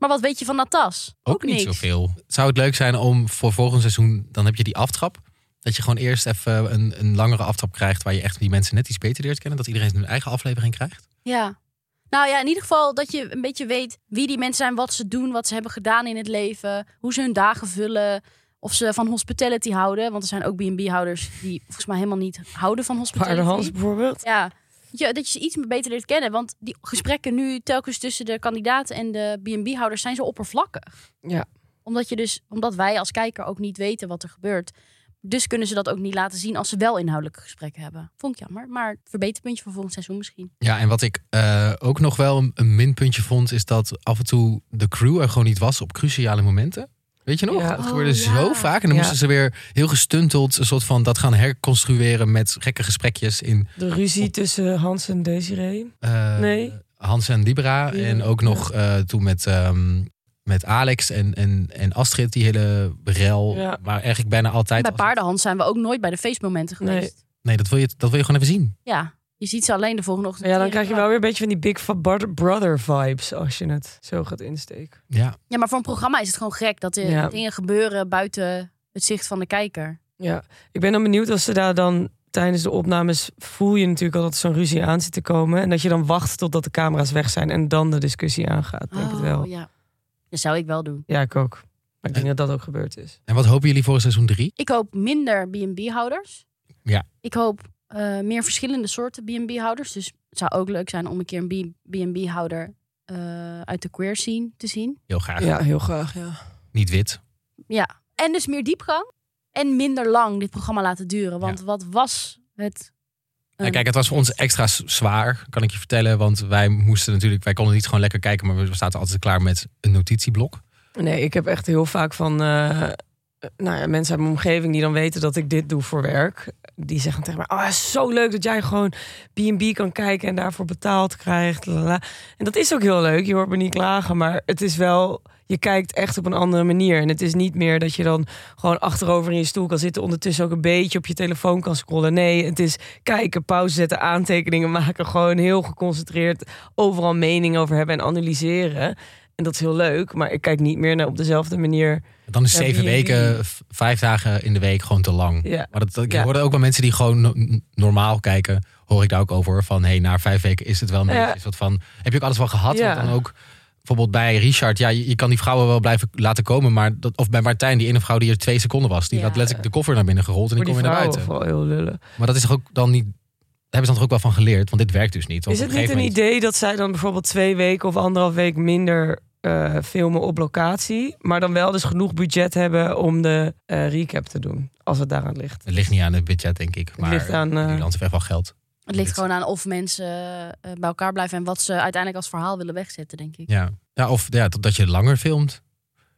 Speaker 3: Maar wat weet je van Natas?
Speaker 1: Ook, niet zoveel. Zou het leuk zijn om voor volgend seizoen, dan heb je die aftrap. Dat je gewoon eerst even een, een langere aftrap krijgt waar je echt die mensen net iets beter leert kennen. Dat iedereen zijn eigen aflevering krijgt.
Speaker 3: Ja. Nou ja, in ieder geval dat je een beetje weet wie die mensen zijn, wat ze doen, wat ze hebben gedaan in het leven, hoe ze hun dagen vullen, of ze van hospitality houden. Want er zijn ook B&B-houders die volgens mij helemaal niet houden van
Speaker 2: Maar de
Speaker 3: hospitality.
Speaker 2: Hans bijvoorbeeld.
Speaker 3: Ja. Ja, dat je ze iets beter leert kennen. Want die gesprekken nu telkens tussen de kandidaten en de B&B-houders zijn zo oppervlakkig.
Speaker 2: Ja.
Speaker 3: Omdat, je dus, omdat wij als kijker ook niet weten wat er gebeurt. Dus kunnen ze dat ook niet laten zien als ze wel inhoudelijke gesprekken hebben. Vond ik jammer. Maar verbeterpuntje voor volgend seizoen misschien.
Speaker 1: Ja, en wat ik eh, ook nog wel een, een minpuntje vond, is dat af en toe de crew er gewoon niet was op cruciale momenten. Weet je nog?
Speaker 2: Ja.
Speaker 1: Dat
Speaker 3: Oh,
Speaker 1: gebeurde
Speaker 3: ja.
Speaker 1: zo vaak. En dan
Speaker 2: Ja.
Speaker 1: moesten ze weer heel gestunteld een soort van dat gaan herconstrueren met gekke gesprekjes in
Speaker 2: De ruzie tussen Hans en Desiree.
Speaker 1: eh,
Speaker 2: Nee.
Speaker 1: Hans en Libra.
Speaker 2: Libra,
Speaker 1: En ook nog eh, toen met, ehm, met Alex en, en, en Astrid, die hele rel.
Speaker 2: Ja.
Speaker 1: Maar eigenlijk bijna altijd.
Speaker 3: Bij
Speaker 1: als-
Speaker 3: paardenhand zijn we ook nooit bij de feestmomenten
Speaker 2: Nee.
Speaker 3: geweest.
Speaker 1: Nee, dat wil, je, dat wil je gewoon even zien.
Speaker 3: Ja, je ziet ze alleen de volgende ochtend.
Speaker 2: Ja, dan
Speaker 3: hier.
Speaker 2: krijg je wel weer een beetje van die Big Fat Bar- Brother vibes als je het zo gaat insteken.
Speaker 1: Ja.
Speaker 3: Ja, maar voor een programma is het gewoon gek dat er
Speaker 2: Ja.
Speaker 3: dingen gebeuren buiten het zicht van de kijker.
Speaker 2: Ja, ik ben dan benieuwd als ze daar dan tijdens de opnames voel je natuurlijk al dat er zo'n ruzie aan zit te komen. En dat je dan wacht totdat de camera's weg zijn en dan de discussie aangaat. Denk ik
Speaker 3: Oh.
Speaker 2: het wel.
Speaker 3: ja. Dat zou ik wel doen.
Speaker 2: Ja, ik ook. Maar ik denk dat dat ook gebeurd is.
Speaker 1: En wat hopen jullie voor seizoen 3?
Speaker 3: Ik hoop minder B&B-houders.
Speaker 1: Ja.
Speaker 3: Ik hoop eh, meer verschillende soorten B&B-houders. Dus het zou ook leuk zijn om een keer een B&B-houder eh, uit de queer scene te zien.
Speaker 1: Heel graag.
Speaker 2: Ja, heel graag. Ja.
Speaker 1: Niet wit.
Speaker 3: Ja, en dus meer diepgang. En minder lang dit programma laten duren. Want wat was het...
Speaker 1: Ja, Nou,
Speaker 3: een-
Speaker 1: kijk, het was voor ons extra s- zwaar, kan ik je vertellen. Want wij moesten natuurlijk, wij konden niet gewoon lekker kijken, maar we zaten altijd klaar met een notitieblok.
Speaker 2: Nee, ik heb echt heel vaak van eh, eh, nou ja, mensen uit mijn omgeving die dan weten dat ik dit doe voor werk. Die zeggen tegen mij, oh, het is zo leuk dat jij gewoon B&B kan kijken en daarvoor betaald krijgt. lalala." En dat is ook heel leuk, je hoort me niet klagen. Maar het is wel, je kijkt echt op een andere manier. En het is niet meer dat je dan gewoon achterover in je stoel kan zitten. Ondertussen ook een beetje op je telefoon kan scrollen. Nee, het is kijken, pauze zetten, aantekeningen maken. Gewoon heel geconcentreerd overal mening over hebben en analyseren. En dat is heel leuk, maar ik kijk niet meer naar op dezelfde manier.
Speaker 1: Dan is
Speaker 2: Ja,
Speaker 1: zeven
Speaker 2: wie-
Speaker 1: weken, v- vijf dagen in de week gewoon te lang.
Speaker 2: Ja.
Speaker 1: Maar dat, dat- ik
Speaker 2: Ja.
Speaker 1: hoorde ook wel mensen die gewoon no- n- normaal kijken, hoor ik daar ook over. Van hey, na vijf weken is het wel een
Speaker 2: Ja.
Speaker 1: beetje een soort van. Heb je ook alles wel gehad?
Speaker 2: Ja.
Speaker 1: Want dan ook bijvoorbeeld bij Richard, ja, je, je kan die vrouwen wel blijven laten komen. Maar dat, of bij Martijn, die ene vrouw die er twee seconden was, die
Speaker 3: Ja.
Speaker 1: had letterlijk de koffer naar binnen gerold en die
Speaker 2: Voor
Speaker 1: kwam weer naar
Speaker 2: vrouwen
Speaker 1: buiten.
Speaker 2: vooral heel lullen.
Speaker 1: Maar dat is toch ook dan niet. Daar hebben ze dan toch ook wel van geleerd? Want dit werkt dus niet. Want
Speaker 2: Is
Speaker 1: op
Speaker 2: het
Speaker 1: een
Speaker 2: niet een
Speaker 1: gegeven
Speaker 2: idee dat zij dan bijvoorbeeld twee weken of anderhalf week minder eh, filmen op locatie, maar dan wel dus genoeg budget hebben om de eh, recap te doen, als het daaraan ligt?
Speaker 1: Het ligt niet aan het budget, denk ik. Maar
Speaker 2: ligt aan, eh,
Speaker 1: Nederland heeft echt wel geld.
Speaker 3: Het ligt gewoon aan of mensen eh, bij elkaar blijven en wat ze uiteindelijk als verhaal willen wegzetten, denk ik.
Speaker 1: Ja. ja of ja, dat- dat je langer filmt.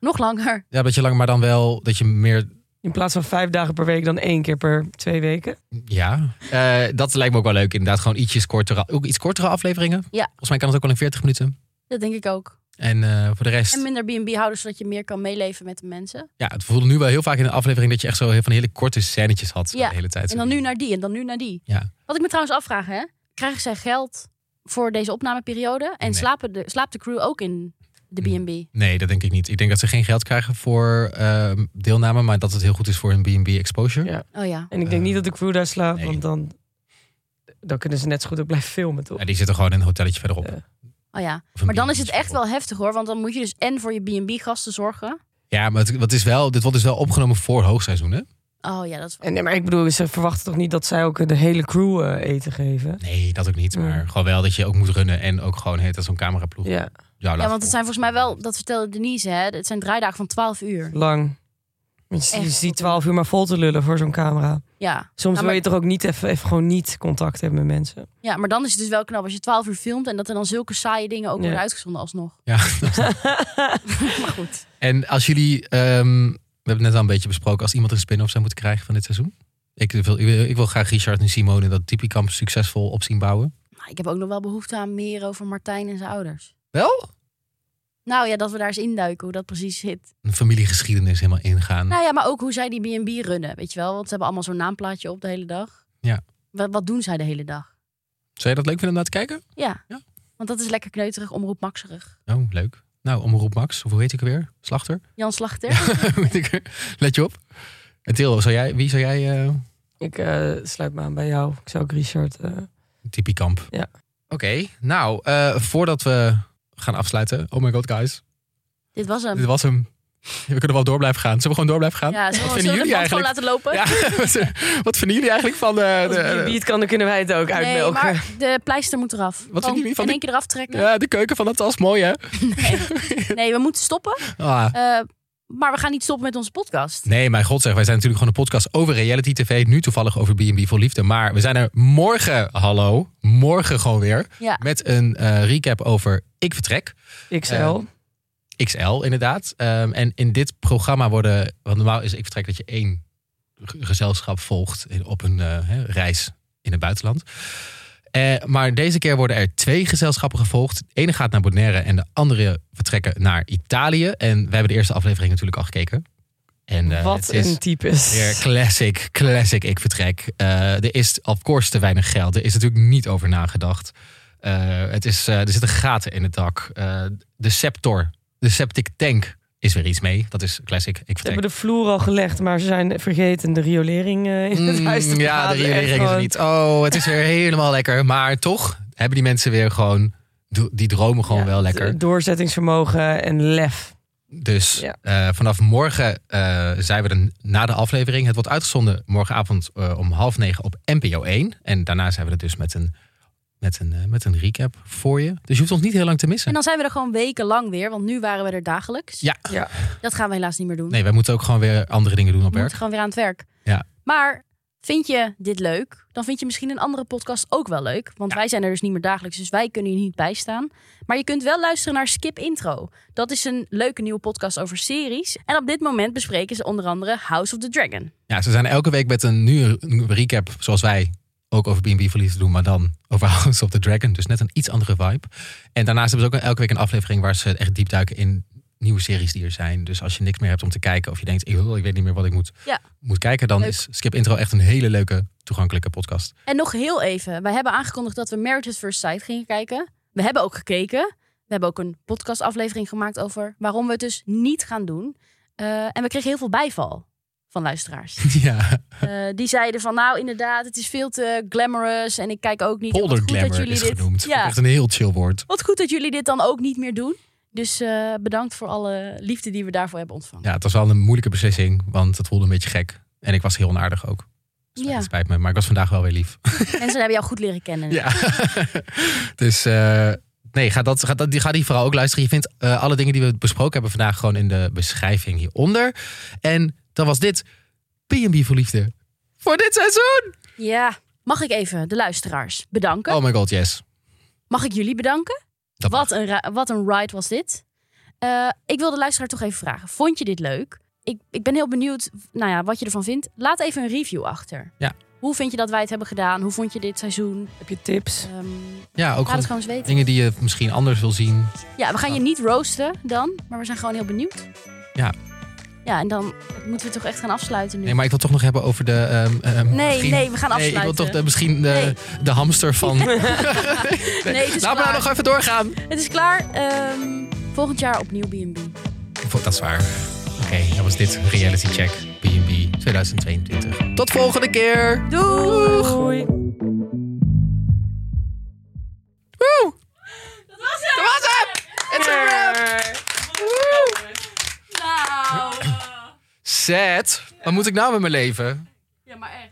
Speaker 3: Nog langer.
Speaker 1: Ja, dat je langer, maar dan wel dat je meer.
Speaker 2: In plaats van vijf dagen per week, dan één keer per twee weken.
Speaker 1: Ja, Eh, dat lijkt me ook wel leuk. Inderdaad, gewoon ietsjes kortere, ook iets kortere afleveringen.
Speaker 3: Ja.
Speaker 1: Volgens mij kan het ook wel in 40 minuten.
Speaker 3: Dat denk ik ook.
Speaker 1: En eh, voor de rest,
Speaker 3: En minder B&B houden, zodat je meer kan meeleven met de mensen.
Speaker 1: ja, het voelde nu wel heel vaak in de aflevering dat je echt zo heel- van hele korte scènetjes had
Speaker 3: Ja.
Speaker 1: de hele tijd.
Speaker 3: En dan nu naar die en dan nu naar die.
Speaker 1: Ja.
Speaker 3: Wat ik me trouwens afvraag, hè? krijgen zij geld voor deze opnameperiode? En
Speaker 1: Nee.
Speaker 3: slapen de, slaapt de crew ook in de
Speaker 1: Hm.
Speaker 3: B&B?
Speaker 1: Nee, dat denk ik niet. Ik denk dat ze geen geld krijgen voor ehm, deelname, maar dat het heel goed is voor hun B&B exposure.
Speaker 2: Ja.
Speaker 3: Oh ja.
Speaker 2: En ik denk
Speaker 1: Eh,
Speaker 2: niet dat de crew daar slaapt,
Speaker 1: nee.
Speaker 2: want dan, dan kunnen ze net zo goed ook blijven filmen, toch?
Speaker 1: Ja, die zitten gewoon in een hotelletje verderop.
Speaker 2: Ja.
Speaker 3: Oh ja.
Speaker 1: Of een
Speaker 3: Maar dan
Speaker 1: B&B
Speaker 3: is het echt
Speaker 1: verderop.
Speaker 3: wel heftig hoor. Want dan moet je dus en voor je B&B-gasten zorgen.
Speaker 1: Ja, maar het, wat is wel, dit wordt dus wel opgenomen voor hoogseizoen, hè?
Speaker 3: Oh ja, dat is
Speaker 2: En, nee, maar ik bedoel, ze verwachten toch niet dat zij ook de hele crew eh, eten geven?
Speaker 1: Nee, dat ook niet. Maar
Speaker 2: Ja.
Speaker 1: gewoon wel dat je ook moet runnen en ook gewoon heet als zo'n cameraploeg.
Speaker 2: Ja,
Speaker 1: jou
Speaker 3: Ja,
Speaker 1: laat
Speaker 3: want het zijn volgens mij wel, dat vertelde Denise, hè, het zijn draaidagen van 12 uur.
Speaker 2: lang. Je, je
Speaker 3: Echt.
Speaker 2: ziet twaalf uur maar vol te lullen voor zo'n camera.
Speaker 3: Ja.
Speaker 2: Soms
Speaker 3: Ja, maar-
Speaker 2: wil je toch ook niet even, even gewoon niet contact hebben met mensen.
Speaker 3: ja, maar dan is het dus wel knap als je 12 uur filmt en dat er dan zulke saaie dingen ook
Speaker 2: Ja.
Speaker 3: worden uitgezonden alsnog.
Speaker 1: Ja.
Speaker 3: maar goed.
Speaker 1: En als jullie, ehm, we hebben het net al een beetje besproken, als iemand een spin-off zou moeten krijgen van dit seizoen. Ik wil, ik wil, ik wil graag Richard en Simone dat Tipikamp succesvol op zien bouwen.
Speaker 3: Maar Nou, ik heb ook nog wel behoefte aan meer over Martijn en zijn ouders.
Speaker 1: Wel?
Speaker 3: Nou ja, dat we daar eens induiken hoe dat precies zit.
Speaker 1: Een familiegeschiedenis helemaal ingaan.
Speaker 3: Nou ja, maar ook hoe zij die B&B runnen, weet je wel? Want ze hebben allemaal zo'n naamplaatje op de hele dag.
Speaker 1: Ja.
Speaker 3: Wat, wat doen zij de hele dag?
Speaker 1: Zou je dat leuk vinden om naar te kijken?
Speaker 3: Ja.
Speaker 1: Ja.
Speaker 3: Want dat is lekker kneuterig, omroep maxerig.
Speaker 1: Oh, leuk. Nou, Omroep Max, of hoe heet ik weer? Slachter?
Speaker 3: Jan Slachter.
Speaker 1: Weet ik er- Let je op. En Til, zou jij, wie zou jij... eh,
Speaker 2: Ik eh, sluit me aan bij jou. Ik zou ook Richard. eh,
Speaker 1: Tipikamp.
Speaker 2: Ja.
Speaker 1: Oké, nou, eh, voordat we gaan afsluiten. Oh my god, guys.
Speaker 3: Dit was hem.
Speaker 1: Dit was hem. We kunnen wel door blijven gaan. Zullen we gewoon door blijven gaan?
Speaker 3: Ja, zullen we,
Speaker 1: vinden
Speaker 3: zullen we de
Speaker 1: jullie
Speaker 3: band gewoon
Speaker 1: eigenlijk?
Speaker 3: laten lopen?
Speaker 1: Ja, wat- wat vinden jullie eigenlijk van de...
Speaker 2: Als
Speaker 1: de-
Speaker 2: het niet kan, dan kunnen wij het ook
Speaker 3: Nee,
Speaker 2: uitmelken.
Speaker 3: maar de pleister moet eraf. Gewoon
Speaker 1: vinden jullie van die-
Speaker 3: In één keer eraf trekken.
Speaker 1: ja, de keuken van dat tas, mooi hè?
Speaker 3: Nee, we moeten stoppen.
Speaker 1: Ah.
Speaker 3: Eh, maar we gaan niet stoppen met onze podcast.
Speaker 1: Nee, mijn god zeg, wij zijn natuurlijk gewoon een podcast over reality tv. Nu toevallig over B&B voor Liefde. Maar we zijn er morgen, hallo, morgen gewoon weer.
Speaker 3: Ja.
Speaker 1: Met een eh, recap over Ik Vertrek.
Speaker 2: XL.
Speaker 1: Eh, XL inderdaad. Ehm, en in dit programma worden, want normaal is ik vertrek dat je één ge- gezelschap volgt in- op een eh, hè, reis in het buitenland. Eh, maar deze keer worden er twee gezelschappen gevolgd. De ene gaat naar Bonaire en de andere vertrekken naar Italië. En we hebben de eerste aflevering natuurlijk al gekeken. En, eh,
Speaker 2: Wat
Speaker 1: het is-
Speaker 2: een type is.
Speaker 1: Weer classic, classic ik vertrek. Eh, er is of course te weinig geld. Er is natuurlijk niet over nagedacht. Eh, het is, eh, er zitten gaten in het dak. Eh, de septor, de septic tank is weer iets mee. Dat is classic ik
Speaker 2: Ze
Speaker 1: vertrek.
Speaker 2: hebben de vloer al gelegd, maar ze zijn vergeten de riolering eh, in het
Speaker 1: Mm,
Speaker 2: huis
Speaker 1: ja,
Speaker 2: te
Speaker 1: de
Speaker 2: plaatsen. Echt
Speaker 1: riolering is er
Speaker 2: gewoon-
Speaker 1: niet. Oh, het is weer helemaal lekker. Maar toch hebben die mensen weer gewoon... do- Die dromen gewoon
Speaker 2: Ja,
Speaker 1: wel lekker.
Speaker 2: d- Doorzettingsvermogen en lef.
Speaker 1: Dus
Speaker 2: Ja.
Speaker 1: eh, vanaf morgen eh, zijn we er na de aflevering. Het wordt uitgezonden morgenavond eh, om half negen op NPO 1. En daarna zijn we er dus met een, met een, eh, met een recap voor je. Dus je hoeft ons niet heel lang te missen.
Speaker 3: En dan zijn we er gewoon wekenlang weer, want nu waren we er dagelijks.
Speaker 1: Ja.
Speaker 2: Ja.
Speaker 3: Dat gaan we helaas niet meer doen.
Speaker 1: Nee, wij moeten ook gewoon weer andere dingen doen op
Speaker 3: we
Speaker 1: werk.
Speaker 3: moeten gewoon weer aan het werk.
Speaker 1: Ja.
Speaker 3: Maar Vind je dit leuk? Dan vind je misschien een andere podcast ook wel leuk. Want wij zijn er dus niet meer dagelijks, dus wij kunnen hier niet bij staan. Maar je kunt wel luisteren naar Skip Intro. Dat is een leuke nieuwe podcast over series. En op dit moment bespreken ze onder andere House of the Dragon.
Speaker 1: Ja, ze zijn elke week met een nu een recap, zoals wij ook over B&B verliefd doen, maar dan over House of the Dragon. Dus net een iets andere vibe. En daarnaast hebben ze ook elke week een aflevering waar ze echt diep duiken in nieuwe series die er zijn. Dus als je niks meer hebt om te kijken of je denkt, "Eeuw, ik weet niet meer wat ik moet,
Speaker 3: Ja.
Speaker 1: moet kijken, dan
Speaker 3: Leuk.
Speaker 1: is Skip Intro echt een hele leuke toegankelijke podcast.
Speaker 3: En nog heel even. Wij hebben aangekondigd dat we Marriage at First Sight gingen kijken. We hebben ook gekeken. We hebben ook een podcastaflevering gemaakt over waarom we het dus niet gaan doen. Eh, en we kregen heel veel bijval van luisteraars.
Speaker 1: ja,
Speaker 3: Eh, die zeiden van nou inderdaad, het is veel te glamorous en ik kijk ook niet. En wat
Speaker 1: polder
Speaker 3: goed dat
Speaker 1: glamour
Speaker 3: jullie
Speaker 1: is
Speaker 3: dit-
Speaker 1: genoemd.
Speaker 3: Ja.
Speaker 1: Echt een heel chill woord.
Speaker 3: Wat goed dat jullie dit dan ook niet meer doen. Dus eh, bedankt voor alle liefde die we daarvoor hebben ontvangen.
Speaker 1: Ja, het was wel een moeilijke beslissing, want het voelde een beetje gek. En ik was heel onaardig ook. Dus
Speaker 3: Ja.
Speaker 1: Het spijt me, maar ik was vandaag wel weer lief.
Speaker 3: Mensen hebben jou goed leren kennen.
Speaker 1: Ja. dus eh, nee, ga, dat, ga, dat, die- ga die vooral ook luisteren. Je vindt eh, alle dingen die we besproken hebben vandaag gewoon in de beschrijving hieronder. En dan was dit B&B voor Liefde voor dit seizoen.
Speaker 3: Ja. Mag ik even de luisteraars bedanken?
Speaker 1: Oh my god, yes.
Speaker 3: Mag ik jullie bedanken?
Speaker 1: Dat
Speaker 3: Wat een, ra- wat een ride was dit. Eh, ik wil de luisteraar toch even vragen. Vond je dit leuk? Ik, ik ben heel benieuwd nou ja, wat je ervan vindt. Laat even een review achter.
Speaker 1: Ja.
Speaker 3: Hoe vind je dat wij het hebben gedaan? Hoe vond je dit seizoen?
Speaker 2: Heb je tips?
Speaker 3: Ehm,
Speaker 1: Ja, ook
Speaker 3: laat
Speaker 1: gewoon
Speaker 3: het gewoon eens weten.
Speaker 1: dingen die je misschien anders wil zien.
Speaker 3: Ja, we gaan je niet roosten dan. Maar we zijn gewoon heel benieuwd.
Speaker 1: Ja.
Speaker 3: Ja, en dan moeten we toch echt gaan afsluiten nu.
Speaker 1: Nee, maar ik wil toch nog hebben over de... ehm, ehm,
Speaker 3: nee,
Speaker 1: misschien-
Speaker 3: nee, we gaan
Speaker 1: Nee,
Speaker 3: afsluiten.
Speaker 1: ik wil toch de, misschien de,
Speaker 3: Nee.
Speaker 1: de hamster van... nee,
Speaker 3: Nee, het is
Speaker 1: Laat me
Speaker 3: klaar.
Speaker 1: nou nog even doorgaan.
Speaker 3: Het is klaar. Ehm, volgend jaar opnieuw B&B.
Speaker 1: Dat is waar. Oké, dat was dit Reality Check B&B 2022. Tot volgende keer.
Speaker 3: Doeg!
Speaker 2: Doei.
Speaker 1: Dat was hem! It's a wrap!
Speaker 3: Nou.
Speaker 1: Zet. Wat moet ik nou met mijn leven?
Speaker 3: Ja, maar echt.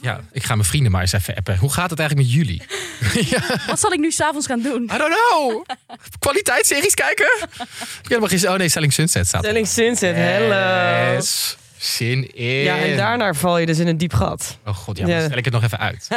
Speaker 1: Ja, ik ga mijn vrienden maar eens even appen. Hoe gaat het eigenlijk met jullie? ja,
Speaker 3: Wat zal ik nu s'avonds gaan doen?
Speaker 1: I don't know. Kwaliteitsseries kijken? Ik heb helemaal geen... Oh nee, Selling Sunset staat er.
Speaker 2: Stelling Sunset, hello.
Speaker 1: Yes. Zin in.
Speaker 2: Ja, en daarna val je dus in een diep gat.
Speaker 1: Oh god, ja,
Speaker 2: Ja.
Speaker 1: dan stel ik het nog even uit.